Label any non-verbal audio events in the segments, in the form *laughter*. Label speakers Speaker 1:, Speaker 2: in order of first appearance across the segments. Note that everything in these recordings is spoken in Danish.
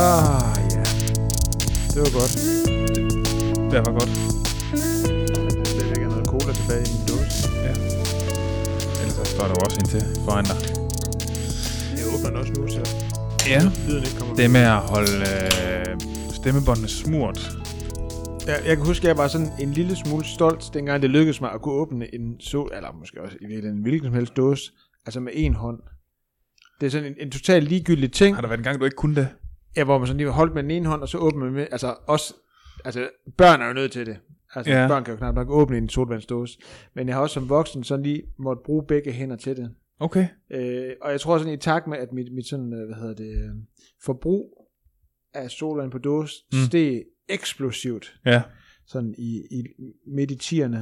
Speaker 1: Ah, ja. Det var godt.
Speaker 2: Det var godt.
Speaker 3: Jeg skal ikke have noget cola tilbage i min dåse.
Speaker 2: Ellers så står der jo også en til foran dig.
Speaker 3: Jeg åbner den også nu, så
Speaker 2: Ja.
Speaker 3: lyden ikke kommer.
Speaker 2: Det med at holde øh, stemmebåndene smurt.
Speaker 1: Jeg, jeg kan huske, at jeg var sådan en lille smule stolt, dengang det lykkedes mig at kunne åbne en så, eller måske også i virkeligheden en hvilken som helst dåse, altså med en hånd. Det er sådan en, en totalt ligegyldig ting,
Speaker 2: Har der været en gang, du ikke kunne det?
Speaker 1: ja, hvor man sådan lige holdt med den ene hånd, og så åbner man med, altså også, altså børn er jo nødt til det. Altså
Speaker 2: Ja.
Speaker 1: ja. børn kan jo knap nok åbne en solvandsdåse. Men jeg har også som voksen sådan lige måtte bruge begge hænder til det.
Speaker 2: Okay.
Speaker 1: Øh, og jeg tror sådan i takt med, at mit, mit sådan, øh, hvad hedder det, øh, forbrug af solvand på dåse
Speaker 2: Mm.
Speaker 1: mm. steg eksplosivt
Speaker 2: Ja.
Speaker 1: sådan i, i midt i 10'erne,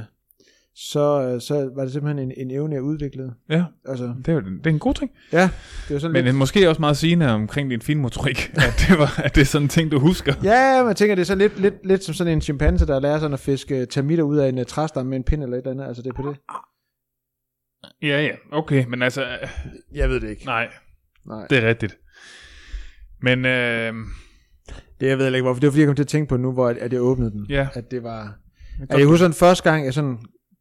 Speaker 1: så, øh, så var det simpelthen en, en evne, jeg udviklede.
Speaker 2: Ja,
Speaker 1: Altså,
Speaker 2: det er, jo, det er en god ting.
Speaker 1: ja, det var sådan
Speaker 2: Men øh,
Speaker 1: lidt...
Speaker 2: det er måske også meget sigende omkring din finmotorik, *laughs* at det, var, at det er sådan en ting, du husker.
Speaker 1: Ja, man tænker, det er sådan lidt, lidt, lidt som sådan en chimpanse, der lærer sådan at fiske øh, termitter ud af en uh, træstamme med en pind eller et eller andet. Altså, det er på det.
Speaker 2: Ja, ja. Okay, men altså... øh,
Speaker 3: Jeg ved det ikke.
Speaker 2: Nej,
Speaker 1: Nej.
Speaker 2: det er rigtigt. Men øh,
Speaker 1: Det jeg ved heller ikke, hvorfor. Det var fordi, jeg kom til at tænke på nu, hvor at, at jeg åbnede den.
Speaker 2: ja,
Speaker 1: At det var... At jeg husker sådan første gang, jeg sådan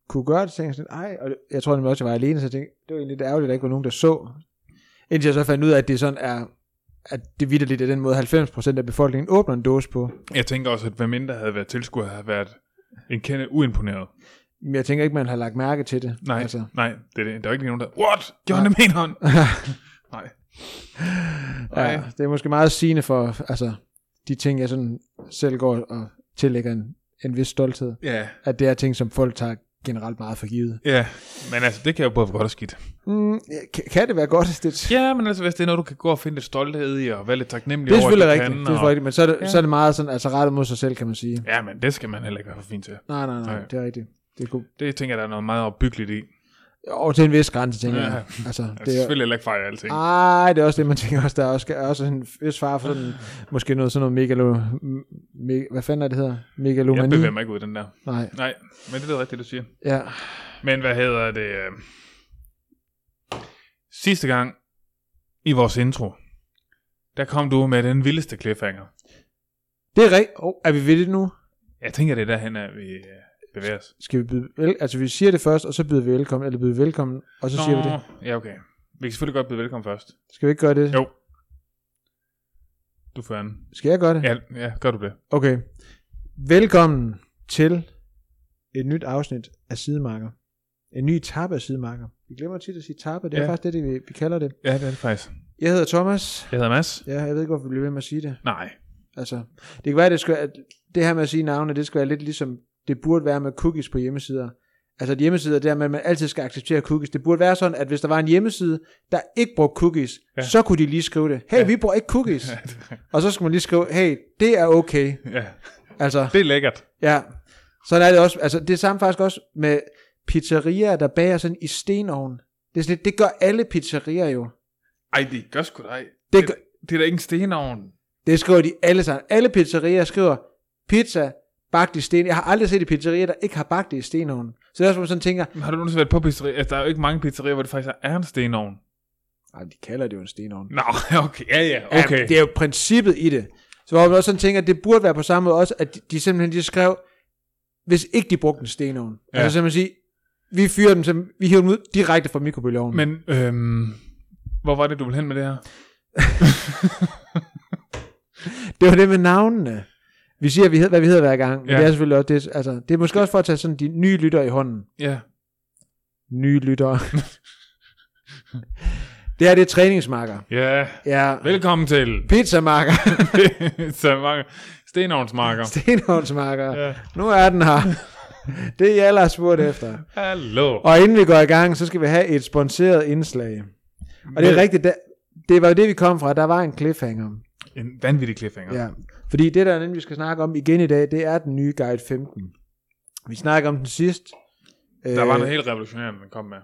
Speaker 1: kunne gøre det, så tænkte jeg sådan, ej, og jeg tror nemlig også, jeg var alene, så jeg tænkte, det var egentlig lidt ærgerligt, at der ikke var nogen, der så. Indtil jeg så fandt ud af, at det sådan er, at det vidderligt er den måde, 90% af befolkningen åbner en dåse på.
Speaker 2: jeg tænker også, at hvem end der havde været tilskuer, havde været en kende uimponeret.
Speaker 1: Men jeg tænker ikke, man har lagt mærke til det.
Speaker 2: Nej, altså. nej, det er det. Der er ikke nogen, der... What? John med en hånd! Nej.
Speaker 1: ja, det er måske meget sigende for altså, de ting, jeg sådan selv går og tillægger en, en vis stolthed.
Speaker 2: Ja,
Speaker 1: At det er ting, som folk tager generelt meget for givet.
Speaker 2: ja. Men altså, det kan jo både være godt og skidt.
Speaker 1: Mm, kan, kan det være godt? *laughs* Det,
Speaker 2: Ja, men altså, hvis det er noget, du kan gå og finde lidt stolthed i, og være lidt taknemmelig
Speaker 1: det er
Speaker 2: over, at du
Speaker 1: selvfølgelig
Speaker 2: kan,
Speaker 1: rigtigt, det er selvfølgelig
Speaker 2: og...
Speaker 1: rigtigt, men så er det,
Speaker 2: Ja.
Speaker 1: ja. så er det meget sådan, altså rettet mod sig selv, kan man sige.
Speaker 2: Ja, men det skal man heller ikke være for fin til.
Speaker 1: Nej, nej, nej,
Speaker 2: Nej.
Speaker 1: det er rigtigt. Det er god.
Speaker 2: Det tænker jeg, der er noget meget opbyggeligt i.
Speaker 1: Og til en vis grænse, tænker
Speaker 2: Ja.
Speaker 1: ja. jeg. Altså,
Speaker 2: Altså,
Speaker 1: det er, Ah,
Speaker 2: selvfølgelig heller ikke fejre alting.
Speaker 1: Ej, det er også det, man tænker også. Der er også, er også en vis far for sådan, måske noget sådan noget megalo... Me, hvad fanden er det hedder?
Speaker 2: jeg
Speaker 1: Megalomani?
Speaker 2: bevæger mig ikke ud i den der.
Speaker 1: Nej,
Speaker 2: Nej, men det er rigtigt, du siger.
Speaker 1: ja.
Speaker 2: Men hvad hedder det? øh, Sidste gang i vores intro, der kom du med den vildeste cliffhanger.
Speaker 1: Det er rigtigt. Oh, er vi ved det nu?
Speaker 2: Jeg tænker, det er derhen, at vi øh, bevæger os.
Speaker 1: Skal vi byde vel, altså vi siger det først, og så byder vi velkommen, eller byder velkommen, og så Nå. siger vi det.
Speaker 2: Ja, okay. Vi kan selvfølgelig godt byde velkommen først.
Speaker 1: Skal vi ikke gøre det?
Speaker 2: Jo. Du får anden.
Speaker 1: Skal jeg gøre det?
Speaker 2: Ja, ja, gør du det.
Speaker 1: Okay. Velkommen til et nyt afsnit af Sidemarker. En ny etape af Sidemarker. Vi glemmer tit at sige tappe, det er
Speaker 2: Ja.
Speaker 1: ja. faktisk det, det, vi, vi kalder det.
Speaker 2: Ja, det er det faktisk.
Speaker 1: Jeg hedder Thomas.
Speaker 2: Jeg hedder Mads.
Speaker 1: Ja, jeg ved ikke, hvorfor vi bliver ved med at sige det.
Speaker 2: Nej.
Speaker 1: Altså, det kan være, det, skal, at det her med at sige navne, det skal være lidt ligesom det burde være med cookies på hjemmesider. Altså at hjemmesider, der med, at man altid skal acceptere cookies. Det burde være sådan, at hvis der var en hjemmeside, der ikke brugte cookies,
Speaker 2: Ja.
Speaker 1: ja. så kunne de lige skrive det. Hey,
Speaker 2: Ja.
Speaker 1: ja. vi bruger ikke
Speaker 2: *laughs*
Speaker 1: cookies. Og så skulle man lige skrive, hey, det er okay.
Speaker 2: *laughs* ja,
Speaker 1: Altså,
Speaker 2: det er lækkert.
Speaker 1: ja. Sådan er det også. Altså, det er samme faktisk også med pizzerier, der bager sådan i stenovn. Det, er sådan, lidt- det gør alle pizzerier jo.
Speaker 2: Ej, det gør sgu da ej.
Speaker 1: Det
Speaker 2: det,
Speaker 1: gør-
Speaker 2: det er da ikke en stenovn.
Speaker 1: Det skriver de alle sammen. Alle pizzerier skriver, pizza bagt i sten. Jeg har aldrig set en pizzeria, der ikke har bagt det i stenovnen. Så det er også, hvor man sådan tænker,
Speaker 2: Men Har du nogensinde været på pizzeria? Altså, der er jo ikke mange pizzerier, hvor det faktisk er en stenovn.
Speaker 1: nej, de kalder det jo en stenovn.
Speaker 2: Nå, *laughs* okay, ja, ja, okay.
Speaker 1: Ja, det er jo princippet i det. Så hvor man også sådan tænker, at det burde være på samme måde også, at de, de simpelthen de skrev, hvis ikke de brugte en stenovn.
Speaker 2: Ja.
Speaker 1: Ja. Altså simpelthen sige, vi fyrer dem, sim- vi hiver dem ud direkte fra mikrobølgeovnen.
Speaker 2: Men, øhm, hvor var det, du ville hen med det her?
Speaker 1: Det var det med navnene. Vi siger, vi hed, hvad vi hedder hver gang. Men
Speaker 2: Ja.
Speaker 1: ja. det er selvfølgelig også, det, er- altså, det er måske også for at tage sådan de nye lyttere i hånden.
Speaker 2: Ja,
Speaker 1: nye
Speaker 2: *laughs*
Speaker 1: lyttere. det her, det er træningsmarker.
Speaker 2: ja.
Speaker 1: Ja,
Speaker 2: Velkommen til *laughs*
Speaker 1: pizzamarker,
Speaker 2: så mange
Speaker 1: *laughs*
Speaker 2: stenovnsmarker.
Speaker 1: stenhåndsmarker.
Speaker 2: Ja.
Speaker 1: Ja. Nu er den her. *laughs* Det er jeg har spurgt efter.
Speaker 2: Hallo.
Speaker 1: Og inden vi går i gang, så skal vi have et sponsoreret indslag. Og det er rigtigt, der, det var jo det, vi kom fra. Der var en cliffhanger.
Speaker 2: En vanvittig cliffhanger.
Speaker 1: Ja. Fordi det, der nemlig vi skal snakke om igen i dag, det er den nye Guide 15. Vi snakker om den sidst.
Speaker 2: Der var
Speaker 1: Øh,
Speaker 2: noget helt revolutionerende, den kom med.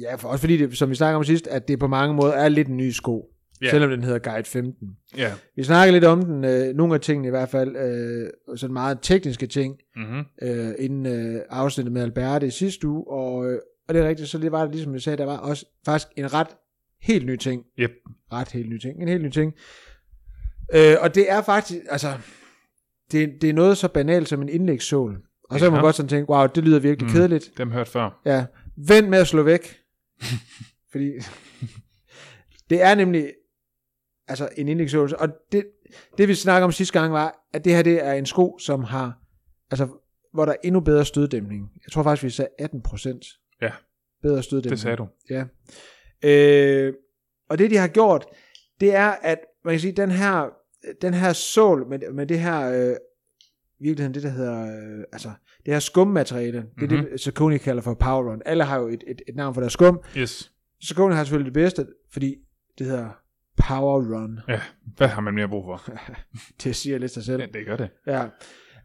Speaker 1: Ja, for også fordi, det, som vi snakker om sidst, at det på mange måder er lidt en ny sko.
Speaker 2: Ja.
Speaker 1: yeah. selvom den hedder Guide 15.
Speaker 2: Ja.
Speaker 1: Vi snakker lidt om den, øh, nogle af tingene i hvert fald, øh, sådan meget tekniske ting,
Speaker 2: Mm-hmm.
Speaker 1: øh, inden øh, afsnittet med Alberte i sidste uge, og, øh, og det er rigtigt, så det var det, ligesom jeg sagde, der var også faktisk en ret helt ny ting.
Speaker 2: Yep.
Speaker 1: Ret helt ny ting, en helt ny ting. Øh, og det er faktisk, altså, det, det er noget så banalt som en indlægssål. Og så kan man
Speaker 2: Ja.
Speaker 1: godt sådan tænke, wow, det lyder virkelig
Speaker 2: Mm.
Speaker 1: mm. kedeligt.
Speaker 2: Dem hørte før.
Speaker 1: Ja, vent med at slå væk.
Speaker 2: *laughs*
Speaker 1: Fordi *laughs* det er nemlig altså en indlægsøvelse. Og det, det vi snakker om sidste gang var, at det her det er en sko, som har, altså hvor der er endnu bedre støddæmning. Jeg tror faktisk, vi sagde 18 procent.
Speaker 2: Ja.
Speaker 1: Bedre støddæmning.
Speaker 2: Det sagde du.
Speaker 1: Ja. Øh, og det de har gjort, det er, at man kan sige, den her, den her sål med, med det her, øh, i virkeligheden det, der hedder, øh, altså det her skummateriale, mm-hmm. det er
Speaker 2: Mhm.
Speaker 1: det, Saucony kalder for Power Run. Alle har jo et, et, et navn for deres skum.
Speaker 2: Yes.
Speaker 1: Saucony har selvfølgelig det bedste, fordi det hedder Power Run. *laughs*
Speaker 2: Hvad har man mere brug for?
Speaker 1: Det siger lidt sig selv.
Speaker 2: Ja, det gør det.
Speaker 1: Ja.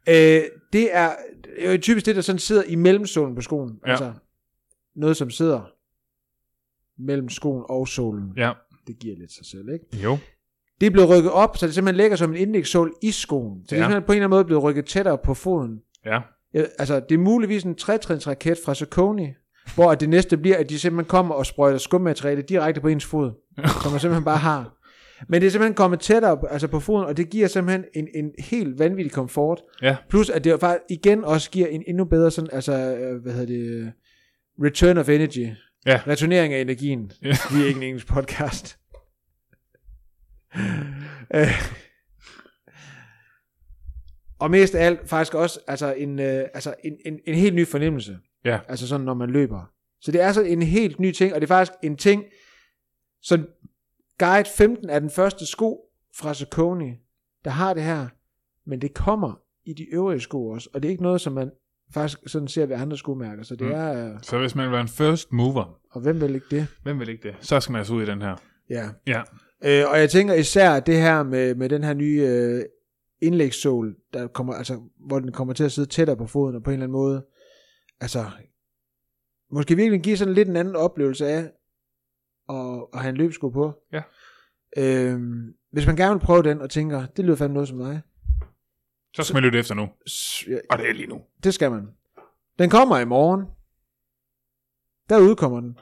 Speaker 1: Øh, det er det er jo typisk det, der sådan sidder i mellemsålen på skoen.
Speaker 2: Ja.
Speaker 1: Altså noget, som sidder mellem skoen og solen.
Speaker 2: Ja.
Speaker 1: Det giver lidt sig selv, ikke?
Speaker 2: Jo.
Speaker 1: Det er blevet rykket op, så det simpelthen ligger som en indlægssål i skoen. Så det er
Speaker 2: Ja.
Speaker 1: simpelthen på en eller anden måde blevet rykket tættere på foden.
Speaker 2: Ja.
Speaker 1: Ja, altså, det er muligvis en trætrinsraket fra Saucony, hvor at det næste bliver, at de simpelthen kommer og sprøjter skummateriale direkte på ens fod, som man simpelthen bare har. Men det er simpelthen kommet tættere på- altså på foden, og det giver simpelthen en, en helt vanvittig komfort.
Speaker 2: Ja.
Speaker 1: Plus, at det jo faktisk igen også giver en endnu bedre sådan, altså, øh, hvad hedder det, øh, return of energy.
Speaker 2: Ja.
Speaker 1: Returnering af energien.
Speaker 2: Ja.
Speaker 1: *laughs* Vi er ikke en engelsk podcast. *laughs* Øh. og mest af alt faktisk også altså en, øh, altså en, en, en helt ny fornemmelse.
Speaker 2: Ja.
Speaker 1: Altså sådan, når man løber. Så det er sådan en helt ny ting, og det er faktisk en ting, så Guide 15 er den første sko fra Saucony, der har det her, men det kommer i de øvrige sko også, og det er ikke noget, som man faktisk sådan ser ved andre skomærker, så det
Speaker 2: Mm.
Speaker 1: mm. er, øh,
Speaker 2: Så hvis man vil være en first mover,
Speaker 1: og hvem vil ikke det?
Speaker 2: hvem vil ikke det? Så skal man altså ud i den her.
Speaker 1: Ja.
Speaker 2: Ja.
Speaker 1: Øh, og jeg tænker især at det her med, med den her nye øh, indlægssål, der kommer, altså, hvor den kommer til at sidde tættere på foden og på en eller anden måde, altså, måske virkelig give sådan lidt en anden oplevelse af at, at have en løbsko på.
Speaker 2: Ja.
Speaker 1: Øhm, hvis man gerne vil prøve den og tænker, det lyder fandme noget som mig,
Speaker 2: Så skal man lytte efter nu.
Speaker 1: s- ja,
Speaker 2: Og det er lige nu.
Speaker 1: det skal man. Den kommer i morgen. Der udkommer den.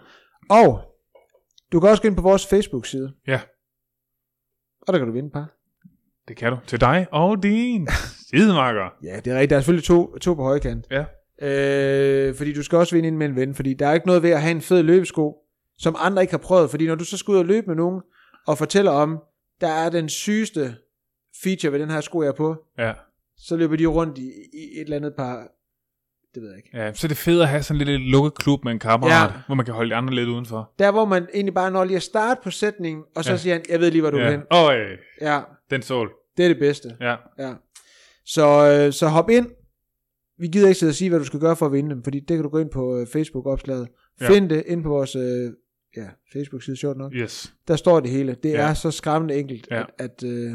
Speaker 1: Og du kan også gå ind på vores Facebook-side.
Speaker 2: Ja.
Speaker 1: Og der kan du vinde et par.
Speaker 2: Det kan du. Til dig og *laughs* din sidemarker.
Speaker 1: Ja, det er rigtigt. Der er selvfølgelig to, to på højkant.
Speaker 2: Ja.
Speaker 1: Øh, fordi du skal også vinde ind med en ven, fordi der er ikke noget ved at have en fed løbesko, som andre ikke har prøvet. Fordi når du så skal ud og løbe med nogen, og fortæller om, der er den sygeste feature ved den her sko, jeg er på,
Speaker 2: Ja.
Speaker 1: så løber de rundt i, i et eller andet par, det ved jeg ikke.
Speaker 2: ja. Så er det fedt at have sådan en lille lukket klub med en kammerat, ja.
Speaker 1: Ja.
Speaker 2: hvor man kan holde de andre lidt udenfor.
Speaker 1: Der hvor man egentlig bare når lige at starte på sætningen, og så
Speaker 2: Ja.
Speaker 1: ja. siger han, jeg ved lige, hvor du ja.
Speaker 2: ja.
Speaker 1: er hen.
Speaker 2: Øj,
Speaker 1: Ja,
Speaker 2: den sol.
Speaker 1: det er det bedste.
Speaker 2: Ja.
Speaker 1: Ja. Så, øh, så hop ind. Vi gider ikke sidde og sige, hvad du skal gøre for at vinde dem, fordi det kan du gå ind på øh, Facebook-opslaget.
Speaker 2: Ja.
Speaker 1: Find det ind på vores øh, ja, Facebook-side, sjovt nok.
Speaker 2: Yes.
Speaker 1: Der står det hele. Det
Speaker 2: Ja.
Speaker 1: er så skræmmende enkelt,
Speaker 2: Ja.
Speaker 1: ja. at, at øh,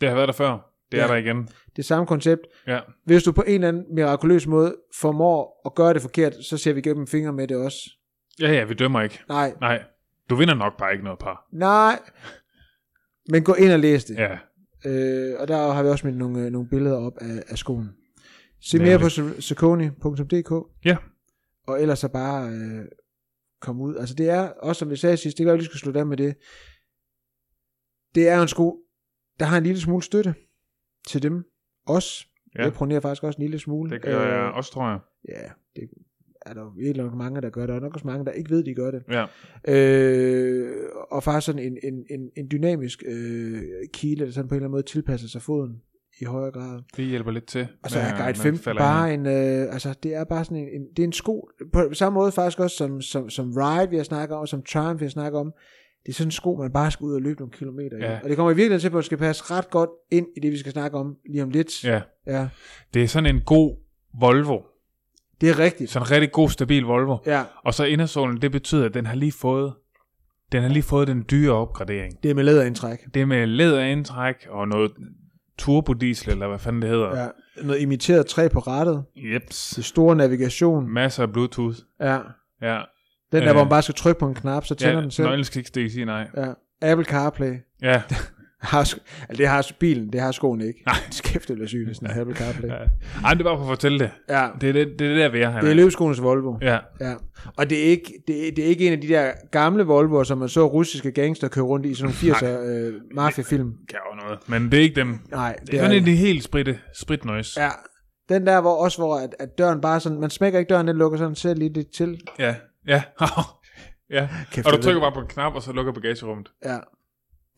Speaker 2: Det har været der før. Det er
Speaker 1: Ja.
Speaker 2: der igen.
Speaker 1: det samme koncept.
Speaker 2: Ja.
Speaker 1: Hvis du på en eller anden mirakuløs måde formår at gøre det forkert, så ser vi gennem fingre med det også.
Speaker 2: Ja, ja, vi dømmer ikke.
Speaker 1: Nej,
Speaker 2: Nej. Du vinder nok bare ikke noget par.
Speaker 1: nej. Men gå ind og læs det.
Speaker 2: Ja.
Speaker 1: Øh, og der har vi også med nogle, øh, nogle billeder op af, af skoen. Se mere
Speaker 2: Nemlig.
Speaker 1: på sokoni.dk.
Speaker 2: Ja.
Speaker 1: Og ellers så bare øh, komme ud. Altså det er, også som vi sagde sidst, det kan jeg lige skulle slutte af med det. Det er jo en sko, der har en lille smule støtte til dem. Os.
Speaker 2: Ja.
Speaker 1: Ja. Jeg prøver faktisk også en lille smule. Øh,
Speaker 2: Det gør jeg også, tror jeg.
Speaker 1: Ja, det er der virkelig nok mange, der gør det. Og nok også mange, der ikke ved, de gør det.
Speaker 2: Ja.
Speaker 1: Øh, og faktisk sådan en, en, en, en dynamisk øh, kile, der sådan på en eller anden måde tilpasser sig foden i højere grad.
Speaker 2: Det hjælper lidt til.
Speaker 1: Og så er
Speaker 2: når
Speaker 1: Guide
Speaker 2: man
Speaker 1: 15
Speaker 2: falder
Speaker 1: bare
Speaker 2: ind.
Speaker 1: en, øh, altså det er bare sådan en, en, det er en sko, på samme måde faktisk også som, som, som Ride, vi har snakket om, og som Triumph, vi har snakket om, det er sådan en sko, man bare skal ud og løbe nogle kilometer i.
Speaker 2: Ja.
Speaker 1: Og det kommer i virkeligheden til, at man skal passe ret godt ind i det, vi skal snakke om lige om lidt.
Speaker 2: Ja.
Speaker 1: ja.
Speaker 2: Det er sådan en god Volvo.
Speaker 1: Det er rigtigt.
Speaker 2: Sådan en rigtig god, stabil Volvo.
Speaker 1: Ja,
Speaker 2: Og så indersålen, det betyder, at den har lige fået, den har lige fået den dyre opgradering.
Speaker 1: det er med læderindtræk.
Speaker 2: Det med læderindtræk og noget turbodiesel, eller hvad fanden det hedder.
Speaker 1: Ja. Noget imiteret træ på rattet,
Speaker 2: Jeps.
Speaker 1: det store navigation.
Speaker 2: Masser af bluetooth.
Speaker 1: Ja.
Speaker 2: Ja.
Speaker 1: Den der,
Speaker 2: Øh.
Speaker 1: hvor man bare skal trykke på en knap, så tænder
Speaker 2: ja
Speaker 1: den selv.
Speaker 2: nøglen skal ikke stikkes i, nej.
Speaker 1: Ja. Apple CarPlay
Speaker 2: Ja,
Speaker 1: har, sk- altså det har s- bilen, det har skoen ikke. Nej. *laughs* Skæft, det bliver sygt, hvis den har Apple CarPlay.
Speaker 2: ja. Ej, men det er bare for at fortælle det.
Speaker 1: Ja,
Speaker 2: Det er det, det, er det der, vi er her.
Speaker 1: det er løbeskoenes Volvo.
Speaker 2: Ja,
Speaker 1: Ja. Og det er, ikke, det, er, det er ikke en af de der gamle Volvoer, som man så russiske gangster køre rundt i, sådan nogle 80'er øh, mafia-film.
Speaker 2: kan jo noget. Men det er ikke dem.
Speaker 1: Nej,
Speaker 2: Det er sådan en helt spritte, sprit noise.
Speaker 1: Ja. Den der, hvor også hvor at, at døren bare sådan, man smækker ikke døren, den lukker sådan selv lige lidt til.
Speaker 2: Ja, ja. *laughs* ja.
Speaker 1: Kæft,
Speaker 2: og du
Speaker 1: jeg
Speaker 2: trykker bare på en knap, og så lukker bagagerummet.
Speaker 1: Ja.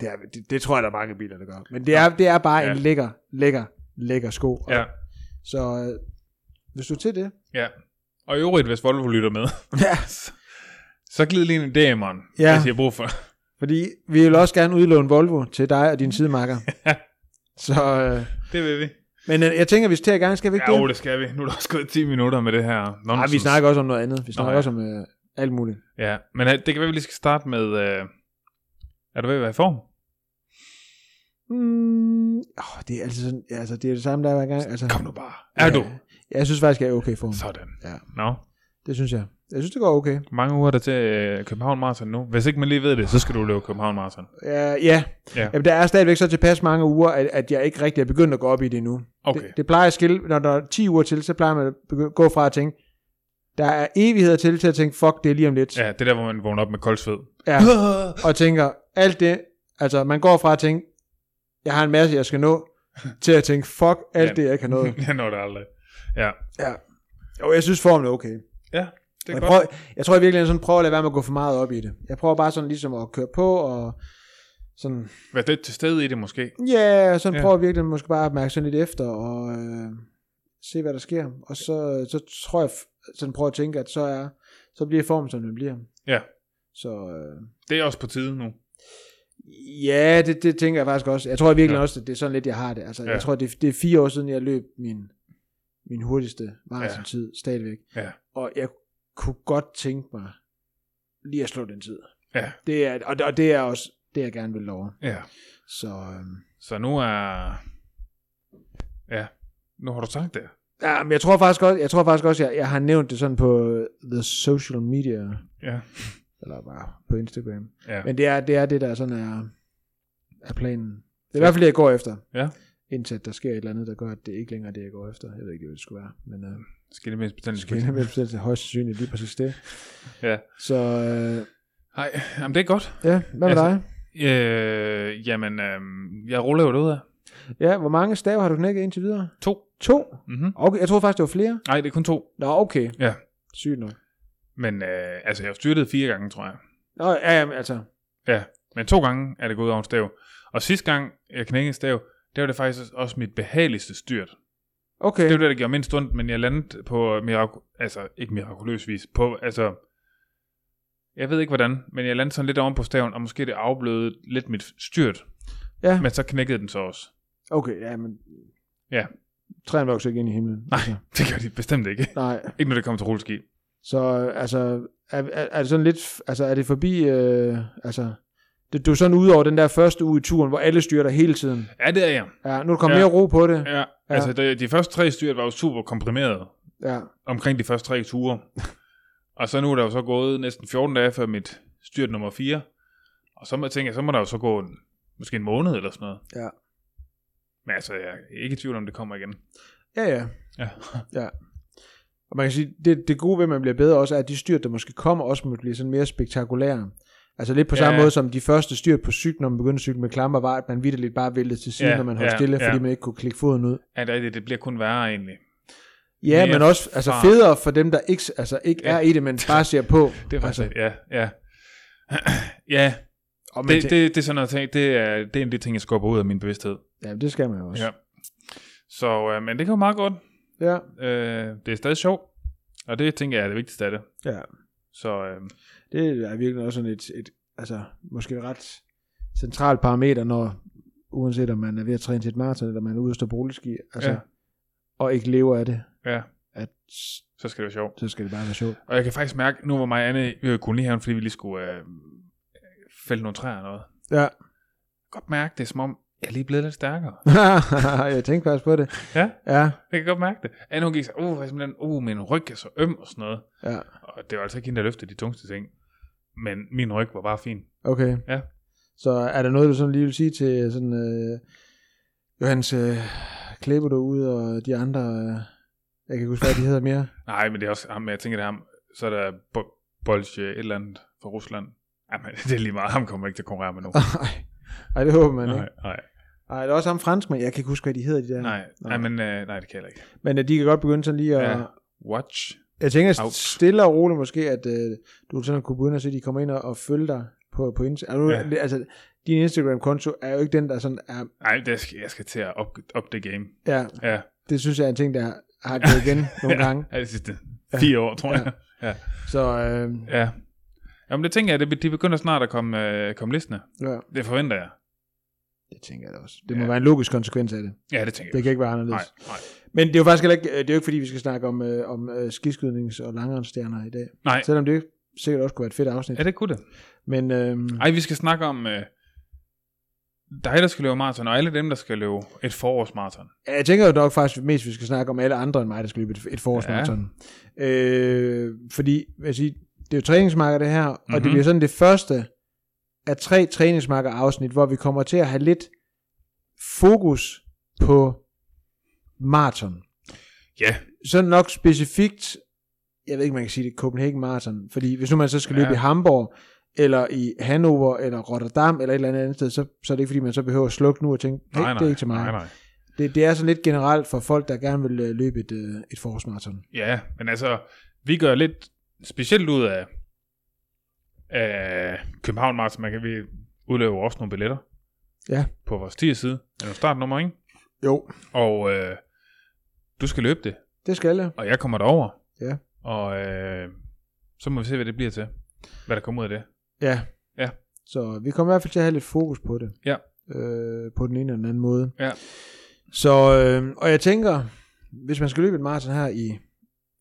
Speaker 1: Det, er, det, det tror jeg, der er mange biler, der gør. Men det er, det er bare
Speaker 2: Ja.
Speaker 1: ja. en lækker, lækker, lækker sko. Og-
Speaker 2: Ja,
Speaker 1: Så øh, hvis du er til
Speaker 2: *laughs*
Speaker 1: det.
Speaker 2: ja. Og i øvrigt, hvis Volvo lytter med, *laughs*
Speaker 1: Ja.
Speaker 2: så glid lige en Damon,
Speaker 1: Ja.
Speaker 2: hvis I har brug for. *laughs*
Speaker 1: Fordi vi vil også gerne udlåne Volvo til dig og dine sidemarker. Så, øh,
Speaker 2: Det vil vi.
Speaker 1: men øh, jeg tænker, vi til i gang, skal vi ikke
Speaker 2: Ja, jo,
Speaker 1: det?
Speaker 2: det skal vi. Nu er der også gået 10 minutter med det her nonsens.
Speaker 1: Ej, vi snakker også om noget andet. Vi snakker
Speaker 2: ja.
Speaker 1: også om øh, alt muligt.
Speaker 2: Ja, men øh, det kan være, vi lige skal starte med... Øh... Er du ved at være i form?
Speaker 1: Mm, åh, det er altid sådan, ja, altså, det er det samme der hver gang. Altså,
Speaker 2: Kom nu bare. Er du?
Speaker 1: Ja, jeg synes faktisk, jeg er i okay for ham.
Speaker 2: Sådan.
Speaker 1: Ja.
Speaker 2: Nå,
Speaker 1: Det synes jeg. Jeg synes, det går okay.
Speaker 2: Hvor mange uger er der til øh, København Marathon nu? Hvis ikke man lige ved det, så skal du løbe København Marathon.
Speaker 1: Ja, ja.
Speaker 2: Ja.
Speaker 1: Jamen, der er stadigvæk så tilpas mange uger, at, at jeg ikke rigtig er begyndt at gå op i det endnu.
Speaker 2: Okay.
Speaker 1: Det, det plejer at skille, når der er 10 uger til, så plejer man at begy- gå fra at tænke, der er evigheder til, til at tænke, fuck, det er lige om lidt.
Speaker 2: Ja, det er der, hvor man vågner op med kold sved.
Speaker 1: Ja. Og tænker, alt det, altså man går fra at tænke, jeg har en masse, jeg skal
Speaker 2: *laughs*
Speaker 1: nå, til at tænke, fuck, alt
Speaker 2: Ja.
Speaker 1: det, jeg ikke har
Speaker 2: *laughs*
Speaker 1: nået.
Speaker 2: jeg når *laughs* det aldrig. Ja,
Speaker 1: Ja. Jo, jeg synes formen er okay.
Speaker 2: ja det er
Speaker 1: Jeg,
Speaker 2: godt. Prøv...
Speaker 1: prøver, jeg tror jeg virkelig, jeg sådan prøver at lade være med at gå for meget op i det. Jeg prøver bare sådan ligesom at køre på, og sådan,
Speaker 2: Vær lidt til stede i det måske.
Speaker 1: ja, yeah, sådan
Speaker 2: Ja.
Speaker 1: yeah. prøver jeg virkelig måske bare at mærke sådan lidt efter, og øh, se hvad der sker. Og så, så tror jeg, sådan prøver at tænke, at så er, så bliver formen, som den bliver.
Speaker 2: Ja.
Speaker 1: Så, øh,
Speaker 2: Det er også på tide nu.
Speaker 1: Ja, det, det tænker jeg faktisk også. Jeg tror virkelig
Speaker 2: Ja.
Speaker 1: ja. også, at det er sådan lidt, jeg har det. Altså, ja.
Speaker 2: Ja.
Speaker 1: Jeg tror, det, det er fire år siden, jeg løb min, min hurtigste maraton-tid ja. stadigvæk.
Speaker 2: Ja.
Speaker 1: Og jeg kunne godt tænke mig lige at slå den tid.
Speaker 2: Ja.
Speaker 1: Det er, og, og det er også det, jeg gerne vil love.
Speaker 2: Ja.
Speaker 1: Så øhm,
Speaker 2: Så nu er... Ja, nu har du sagt det.
Speaker 1: ja, men jeg tror faktisk også, jeg, tror faktisk også jeg, jeg har nævnt det sådan på øh, the social media,
Speaker 2: Ja.
Speaker 1: eller bare på Instagram.
Speaker 2: Ja.
Speaker 1: Men det er det, er det der sådan er, er planen. Det er i hvert fald det, jeg går efter.
Speaker 2: Ja.
Speaker 1: Indtil at der sker et eller andet, der gør, at det ikke længere er det, jeg går efter. Jeg ved ikke, hvad det skulle være. Men øh,
Speaker 2: Skildemændsbetændelse.
Speaker 1: skal jeg med selv til højst sandsynligt lige præcis det.
Speaker 2: *laughs* Ja.
Speaker 1: Så øh,
Speaker 2: Nej, jamen det er godt.
Speaker 1: ja, hvad med
Speaker 2: Altså-
Speaker 1: dig?
Speaker 2: Øh, jamen, øh, jeg ruller jo derudad.
Speaker 1: Ja, hvor mange stav har du knækket indtil videre?
Speaker 2: To.
Speaker 1: To?
Speaker 2: Mm-hmm.
Speaker 1: Okay, jeg troede faktisk, det var flere.
Speaker 2: Nej, det er kun to.
Speaker 1: Nå, okay.
Speaker 2: Ja.
Speaker 1: Sygt nok.
Speaker 2: Men øh, altså, jeg har styrtet fire gange, tror jeg.
Speaker 1: Nå, ja, ja, men altså.
Speaker 2: Ja, men to gange er det gået over en stav. Og sidste gang, jeg knækkede en stav, der var det faktisk også mit behageligste styrt.
Speaker 1: Okay.
Speaker 2: Det var det, der gjorde mindst ondt, men jeg landede på, mirak- altså ikke mirakuløs vis, på, altså, jeg ved ikke hvordan, men jeg landede sådan lidt oven på staven, og måske det afblødede lidt mit styrt,
Speaker 1: Ja.
Speaker 2: men så knækkede den så også.
Speaker 1: Okay, ja, men...
Speaker 2: Ja.
Speaker 1: Træerne vokser ikke ind i himlen.
Speaker 2: Nej,
Speaker 1: Altså,
Speaker 2: det gør de bestemt ikke.
Speaker 1: nej.
Speaker 2: Ikke når det kommer til rulleski.
Speaker 1: Så øh, altså, er, er, er det sådan lidt, altså er det forbi, øh, altså, det, du er sådan ude over den der første uge i turen, hvor alle styrter hele tiden.
Speaker 2: Ja, det er jeg.
Speaker 1: Ja, nu er der kommet
Speaker 2: Ja.
Speaker 1: ja. mere ro på det.
Speaker 2: Ja, altså de, de første tre styrt var jo super komprimerede
Speaker 1: Ja.
Speaker 2: omkring de første tre ture. og så nu er der jo så gået næsten 14 dage før mit styrt nummer 4. Og så må jeg tænke, så må der jo så gå en, måske en måned eller sådan noget.
Speaker 1: Ja.
Speaker 2: Men altså, jeg er ikke i tvivl om, det kommer igen.
Speaker 1: Ja, ja.
Speaker 2: Ja.
Speaker 1: Og man kan sige, det, det gode ved, at man bliver bedre også, er, at de styrt, der måske kommer, også må blive sådan mere spektakulære. Altså lidt på
Speaker 2: Ja.
Speaker 1: ja. samme måde, som de første styrt på cykel, når man begyndte at cykle med klamper, var, at man vidderligt bare væltede til siden,
Speaker 2: Ja,
Speaker 1: ja. når man holdt
Speaker 2: ja,
Speaker 1: ja. stille,
Speaker 2: ja.
Speaker 1: fordi man ikke kunne klikke foden ud.
Speaker 2: ja det, er rigtigt, det bliver kun værre egentlig.
Speaker 1: Ja,
Speaker 2: Mere
Speaker 1: men også altså
Speaker 2: fart.
Speaker 1: federe for dem, der ikke, altså, ikke
Speaker 2: Ja.
Speaker 1: ja. er i det,
Speaker 2: *laughs*
Speaker 1: men bare ser på.
Speaker 2: Det er faktisk
Speaker 1: altså,
Speaker 2: altså. ja, ja. *clears throat* ja,
Speaker 1: og man
Speaker 2: det,
Speaker 1: tæ-
Speaker 2: det, det, er sådan noget ting, det er, det er en af de ting, jeg skubber ud af min bevidsthed.
Speaker 1: Ja, det skal man jo også.
Speaker 2: Ja. Så, øh, men det går meget godt.
Speaker 1: ja.
Speaker 2: Øh, det er stadig sjovt, og det tænker jeg er det vigtigste af det.
Speaker 1: ja.
Speaker 2: Så øh,
Speaker 1: Det er virkelig også sådan et, et altså, måske et ret centralt parameter, når uanset om man er ved at træne til et maraton, eller man er ude at stå på rulleski, altså,
Speaker 2: Ja.
Speaker 1: ja. og ikke lever af det,
Speaker 2: ja,
Speaker 1: at
Speaker 2: så skal det være sjovt.
Speaker 1: så skal det bare være sjovt.
Speaker 2: Og jeg kan faktisk mærke, nu var mig og Anne i kolonihaven, fordi vi lige skulle øh, fælde nogle træer og noget.
Speaker 1: Ja.
Speaker 2: Godt mærke, det er som om, jeg er lige blevet lidt stærkere.
Speaker 1: *laughs* jeg tænkte faktisk på det.
Speaker 2: Ja.
Speaker 1: Ja,
Speaker 2: Jeg kan godt mærke det. Anne hun gik så, uh, jeg er simpelthen, uh, min ryg er så øm og sådan noget.
Speaker 1: ja.
Speaker 2: Og det var altså ikke hende, der løftede de tungste ting. Men min ryg var bare fin.
Speaker 1: Okay.
Speaker 2: Ja.
Speaker 1: Så er der noget, du sådan lige vil sige til sådan, øh, Johannes øh, Klæber derude og de andre, øh, jeg kan ikke huske, hvad de hedder mere. *laughs*
Speaker 2: Nej, men det er også ham, jeg tænker det er ham. Så er der Bo- Bolsje et eller andet fra Rusland. Jamen, det er lige meget. Ham kommer ikke til at konkurrere med nogen.
Speaker 1: Nej, Ej, det håber man
Speaker 2: nej,
Speaker 1: ikke.
Speaker 2: nej,
Speaker 1: Nej, der er også ham franskmand, jeg kan ikke huske, hvad de hedder, de der.
Speaker 2: nej. Nej, men øh, nej, det kan jeg ikke.
Speaker 1: Men øh, de kan godt begynde sådan lige at...
Speaker 2: Ja. Watch
Speaker 1: Jeg tænker
Speaker 2: Out.
Speaker 1: Out. stille og roligt måske, at øh, du sådan kunne begynde at se, at de kommer ind og, og følger dig på, på Instagram.
Speaker 2: Ja.
Speaker 1: Ja. Altså, din Instagram-konto er jo ikke den, der sådan er...
Speaker 2: Nej, det skal, jeg skal til at op, op det game.
Speaker 1: Ja,
Speaker 2: Ja,
Speaker 1: det synes jeg er en ting, der har gået igen
Speaker 2: *laughs*
Speaker 1: nogle gange.
Speaker 2: ja de sidste fire år, tror
Speaker 1: Ja.
Speaker 2: jeg.
Speaker 1: Så øh,
Speaker 2: Ja. Jamen det tænker jeg, det, de begynder snart at komme, øh, komme listene.
Speaker 1: ja,
Speaker 2: Det forventer jeg.
Speaker 1: det tænker jeg da også. Det må
Speaker 2: Ja.
Speaker 1: ja. være en logisk konsekvens af det.
Speaker 2: Ja, det tænker
Speaker 1: Det
Speaker 2: jeg.
Speaker 1: kan ikke være
Speaker 2: Nej,
Speaker 1: anderledes. Nej.
Speaker 2: nej.
Speaker 1: Men det er jo faktisk heller ikke, øh, det er jo ikke fordi, vi skal snakke om, øh, om øh, skiskydnings- og langrensstjerner i dag.
Speaker 2: Nej,
Speaker 1: Selvom det sikkert også kunne være et fedt afsnit.
Speaker 2: ja, det kunne det.
Speaker 1: Men øh,
Speaker 2: Ej, vi skal snakke om øh, dig, der skal løbe maraton, og alle dem, der skal løbe et forårsmaraton.
Speaker 1: jeg tænker jo nok faktisk mest, vi skal snakke om alle andre end mig, der skal løbe et, et forårsmarathon. Ja. Øh, fordi, jeg siger, det er jo træningsmarker det her, mm-hmm. og
Speaker 2: Mhm.
Speaker 1: det bliver sådan det første af tre træningsmarker afsnit, hvor vi kommer til at have lidt fokus på maraton.
Speaker 2: Ja,
Speaker 1: sådan nok specifikt, jeg ved ikke, man kan sige det, Copenhagen Marathon, fordi hvis nu man så skal løbe
Speaker 2: Ja.
Speaker 1: ja. i Hamburg, eller i Hannover, eller Rotterdam, eller et eller andet andet sted, så, så er det ikke, fordi man så behøver at slukke nu og tænke, nej,
Speaker 2: nej, nej.
Speaker 1: det er ikke til mig.
Speaker 2: Nej, nej.
Speaker 1: Det, det er sådan lidt generelt for folk, der gerne vil øh, løbe et, øh, et forårsmarathon.
Speaker 2: Ja, men altså, vi gør lidt specielt ud af, af København Marathon. Man kan vi udløbe også nogle billetter
Speaker 1: Ja.
Speaker 2: på vores 10 side. Er det startnummer, ikke?
Speaker 1: Jo,
Speaker 2: Og øh, du skal løbe det,
Speaker 1: det skal jeg.
Speaker 2: og jeg kommer derover.
Speaker 1: Ja.
Speaker 2: Og øh, så må vi se, hvad det bliver til. Hvad der kommer ud af det.
Speaker 1: Ja.
Speaker 2: Ja.
Speaker 1: Så vi kommer i hvert fald til at have lidt fokus på det.
Speaker 2: Ja.
Speaker 1: Øh, på den ene eller den anden måde.
Speaker 2: Ja.
Speaker 1: Så, øh, og jeg tænker, hvis man skal løbe et maraton her i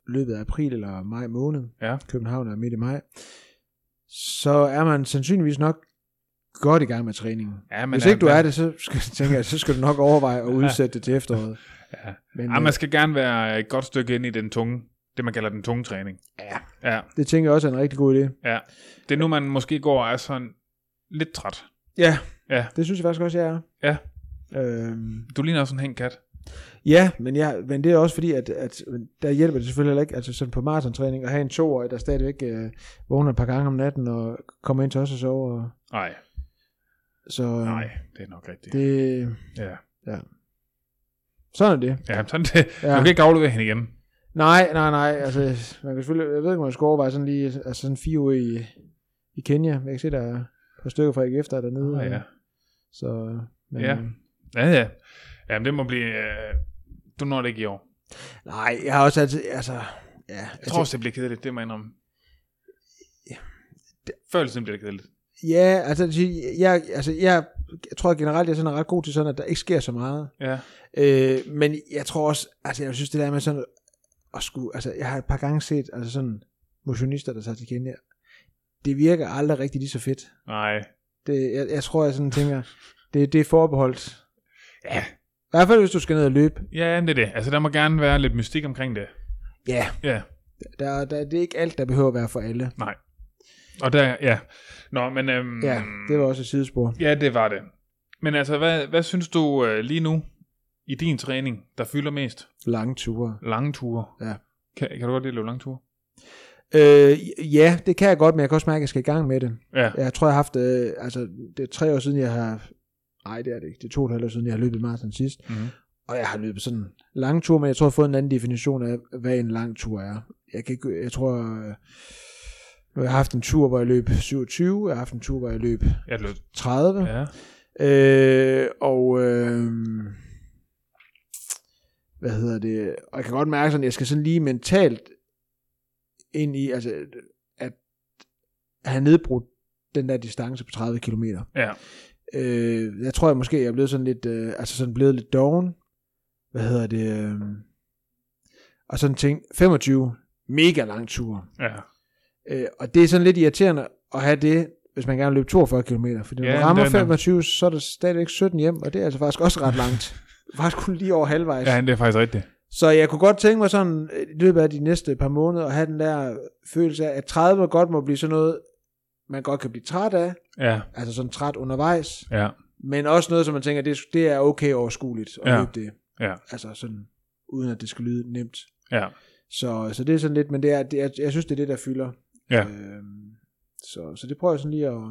Speaker 1: løbet af april eller maj måned,
Speaker 2: Ja.
Speaker 1: København er midt i maj, så er man sandsynligvis nok godt i gang med træningen.
Speaker 2: Ja, men,
Speaker 1: Hvis ikke
Speaker 2: øh,
Speaker 1: du
Speaker 2: man-
Speaker 1: er det, så *laughs* skal, tænker jeg, så skal du nok overveje
Speaker 2: *laughs*
Speaker 1: at udsætte det til efteråret.
Speaker 2: Ja.
Speaker 1: Men
Speaker 2: Ja,
Speaker 1: øh,
Speaker 2: man skal gerne være et godt stykke ind i den tunge, det man kalder den tunge træning.
Speaker 1: Ja.
Speaker 2: Ja,
Speaker 1: det tænker jeg også er en rigtig god idé.
Speaker 2: ja. Det er nu, man måske går og er sådan lidt træt.
Speaker 1: Ja,
Speaker 2: Ja.
Speaker 1: det synes jeg faktisk også, jeg er.
Speaker 2: Ja.
Speaker 1: Øhm,
Speaker 2: Du ligner også en hængt kat.
Speaker 1: Ja, men, ja, men det er også fordi, at, at der hjælper det selvfølgelig heller ikke, altså sådan på maratontræning, at have en toårig, der stadigvæk øh, vågner et par gange om natten og kommer ind til os og sover. Og,
Speaker 2: Nej,
Speaker 1: så øh,
Speaker 2: nej, det er nok rigtigt. Det...
Speaker 1: det,
Speaker 2: Ja.
Speaker 1: sådan er det.
Speaker 2: ja, sådan det. Ja.
Speaker 1: Ja.
Speaker 2: Du kan ikke aflevere hende igen.
Speaker 1: Nej, nej, nej, altså man kan selvfølgelig, jeg ved ikke, om man skal overveje sådan lige, altså sådan fire uger i, i Kenya. Jeg kan se, der er et par stykker fra AGF, der er dernede.
Speaker 2: Nå, ja.
Speaker 1: Så, men,
Speaker 2: Ja.
Speaker 1: øh,
Speaker 2: Ja, ja. Jamen, det må blive... Øh... Du når det ikke i år.
Speaker 1: Nej, jeg har også altid, altså, ja.
Speaker 2: Jeg tror også, det bliver kedeligt, det må jeg indrømme. Følelsen bliver kedeligt.
Speaker 1: Ja, altså, jeg, altså, jeg, jeg tror generelt, jeg er sådan ret god til sådan, at der ikke sker så meget.
Speaker 2: Ja,
Speaker 1: Øh, men jeg tror også, altså jeg synes det der med sådan, at skulle, altså jeg har et par gange set, altså sådan motionister, der tager til Kenya, det virker aldrig rigtig lige så fedt.
Speaker 2: nej.
Speaker 1: Det, jeg, jeg tror, jeg sådan tænker, det, det er forbeholdt.
Speaker 2: Ja.
Speaker 1: I hvert fald, hvis du skal ned og løbe.
Speaker 2: Ja, men det er det. Altså, der må gerne være lidt mystik omkring det.
Speaker 1: Ja,
Speaker 2: Ja,
Speaker 1: der, der, det er ikke alt, der behøver at være for alle.
Speaker 2: og der... Ja. Nå, men... Øhm...
Speaker 1: Ja, det var også et sidespor.
Speaker 2: Ja, det var det. Men altså, hvad, hvad synes du øh, lige nu i din træning, der fylder mest?
Speaker 1: Lange ture.
Speaker 2: Lange ture.
Speaker 1: Ja.
Speaker 2: Kan, kan du godt lide at løbe lange ture?
Speaker 1: Øh, ja, det kan jeg godt, men jeg kan også mærke, at jeg skal i gang med det.
Speaker 2: Ja.
Speaker 1: Jeg tror, jeg har haft, øh, altså det er tre år siden, jeg har, nej det er det ikke, det er to og et halvt år siden, jeg har løbet maraton sidst.
Speaker 2: Mm-hmm.
Speaker 1: og jeg har løbet sådan en lang tur, men jeg tror, jeg har fået en anden definition af, hvad en lang tur er. Jeg, kan ikke, jeg tror, øh, nu har jeg haft en tur, hvor jeg løb 27, jeg har haft en tur, hvor jeg løb
Speaker 2: Jeg løb.
Speaker 1: 30, ja.
Speaker 2: Ja.
Speaker 1: øh, og øh, hvad hedder det, og jeg kan godt mærke sådan, jeg skal sådan lige mentalt ind i, altså at have nedbrudt den der distance på 30 kilometer.
Speaker 2: Ja.
Speaker 1: Øh, jeg tror jeg måske, jeg er blevet sådan lidt, øh, altså sådan blevet lidt doven. Hvad hedder det? Øh, og sådan ting. 25. Mega lang tur.
Speaker 2: Ja.
Speaker 1: Øh, og det er sådan lidt irriterende at have det, hvis man gerne vil løbe 42 km. Fordi når
Speaker 2: Ja,
Speaker 1: ja,
Speaker 2: men
Speaker 1: man rammer
Speaker 2: den er-
Speaker 1: 25, så er der stadigvæk 17 hjem, og det er altså faktisk også ret
Speaker 2: *laughs*
Speaker 1: langt. faktisk kun lige over halvvejs.
Speaker 2: ja, det er faktisk rigtigt.
Speaker 1: Så jeg kunne godt tænke mig sådan, øh, i løbet af de næste par måneder, at have den der følelse af, at 30 godt må blive sådan noget, man godt kan blive træt af,
Speaker 2: Ja,
Speaker 1: altså sådan træt undervejs,
Speaker 2: ja,
Speaker 1: men også noget, som man tænker, det, det er okay overskueligt at
Speaker 2: Ja.
Speaker 1: ja. løbe det.
Speaker 2: Ja.
Speaker 1: Altså sådan, uden at det skal lyde nemt.
Speaker 2: ja.
Speaker 1: Så, så det er sådan lidt, men det er, det er, jeg synes, det er det, der fylder.
Speaker 2: Ja.
Speaker 1: Øhm, så, så det prøver jeg sådan lige at,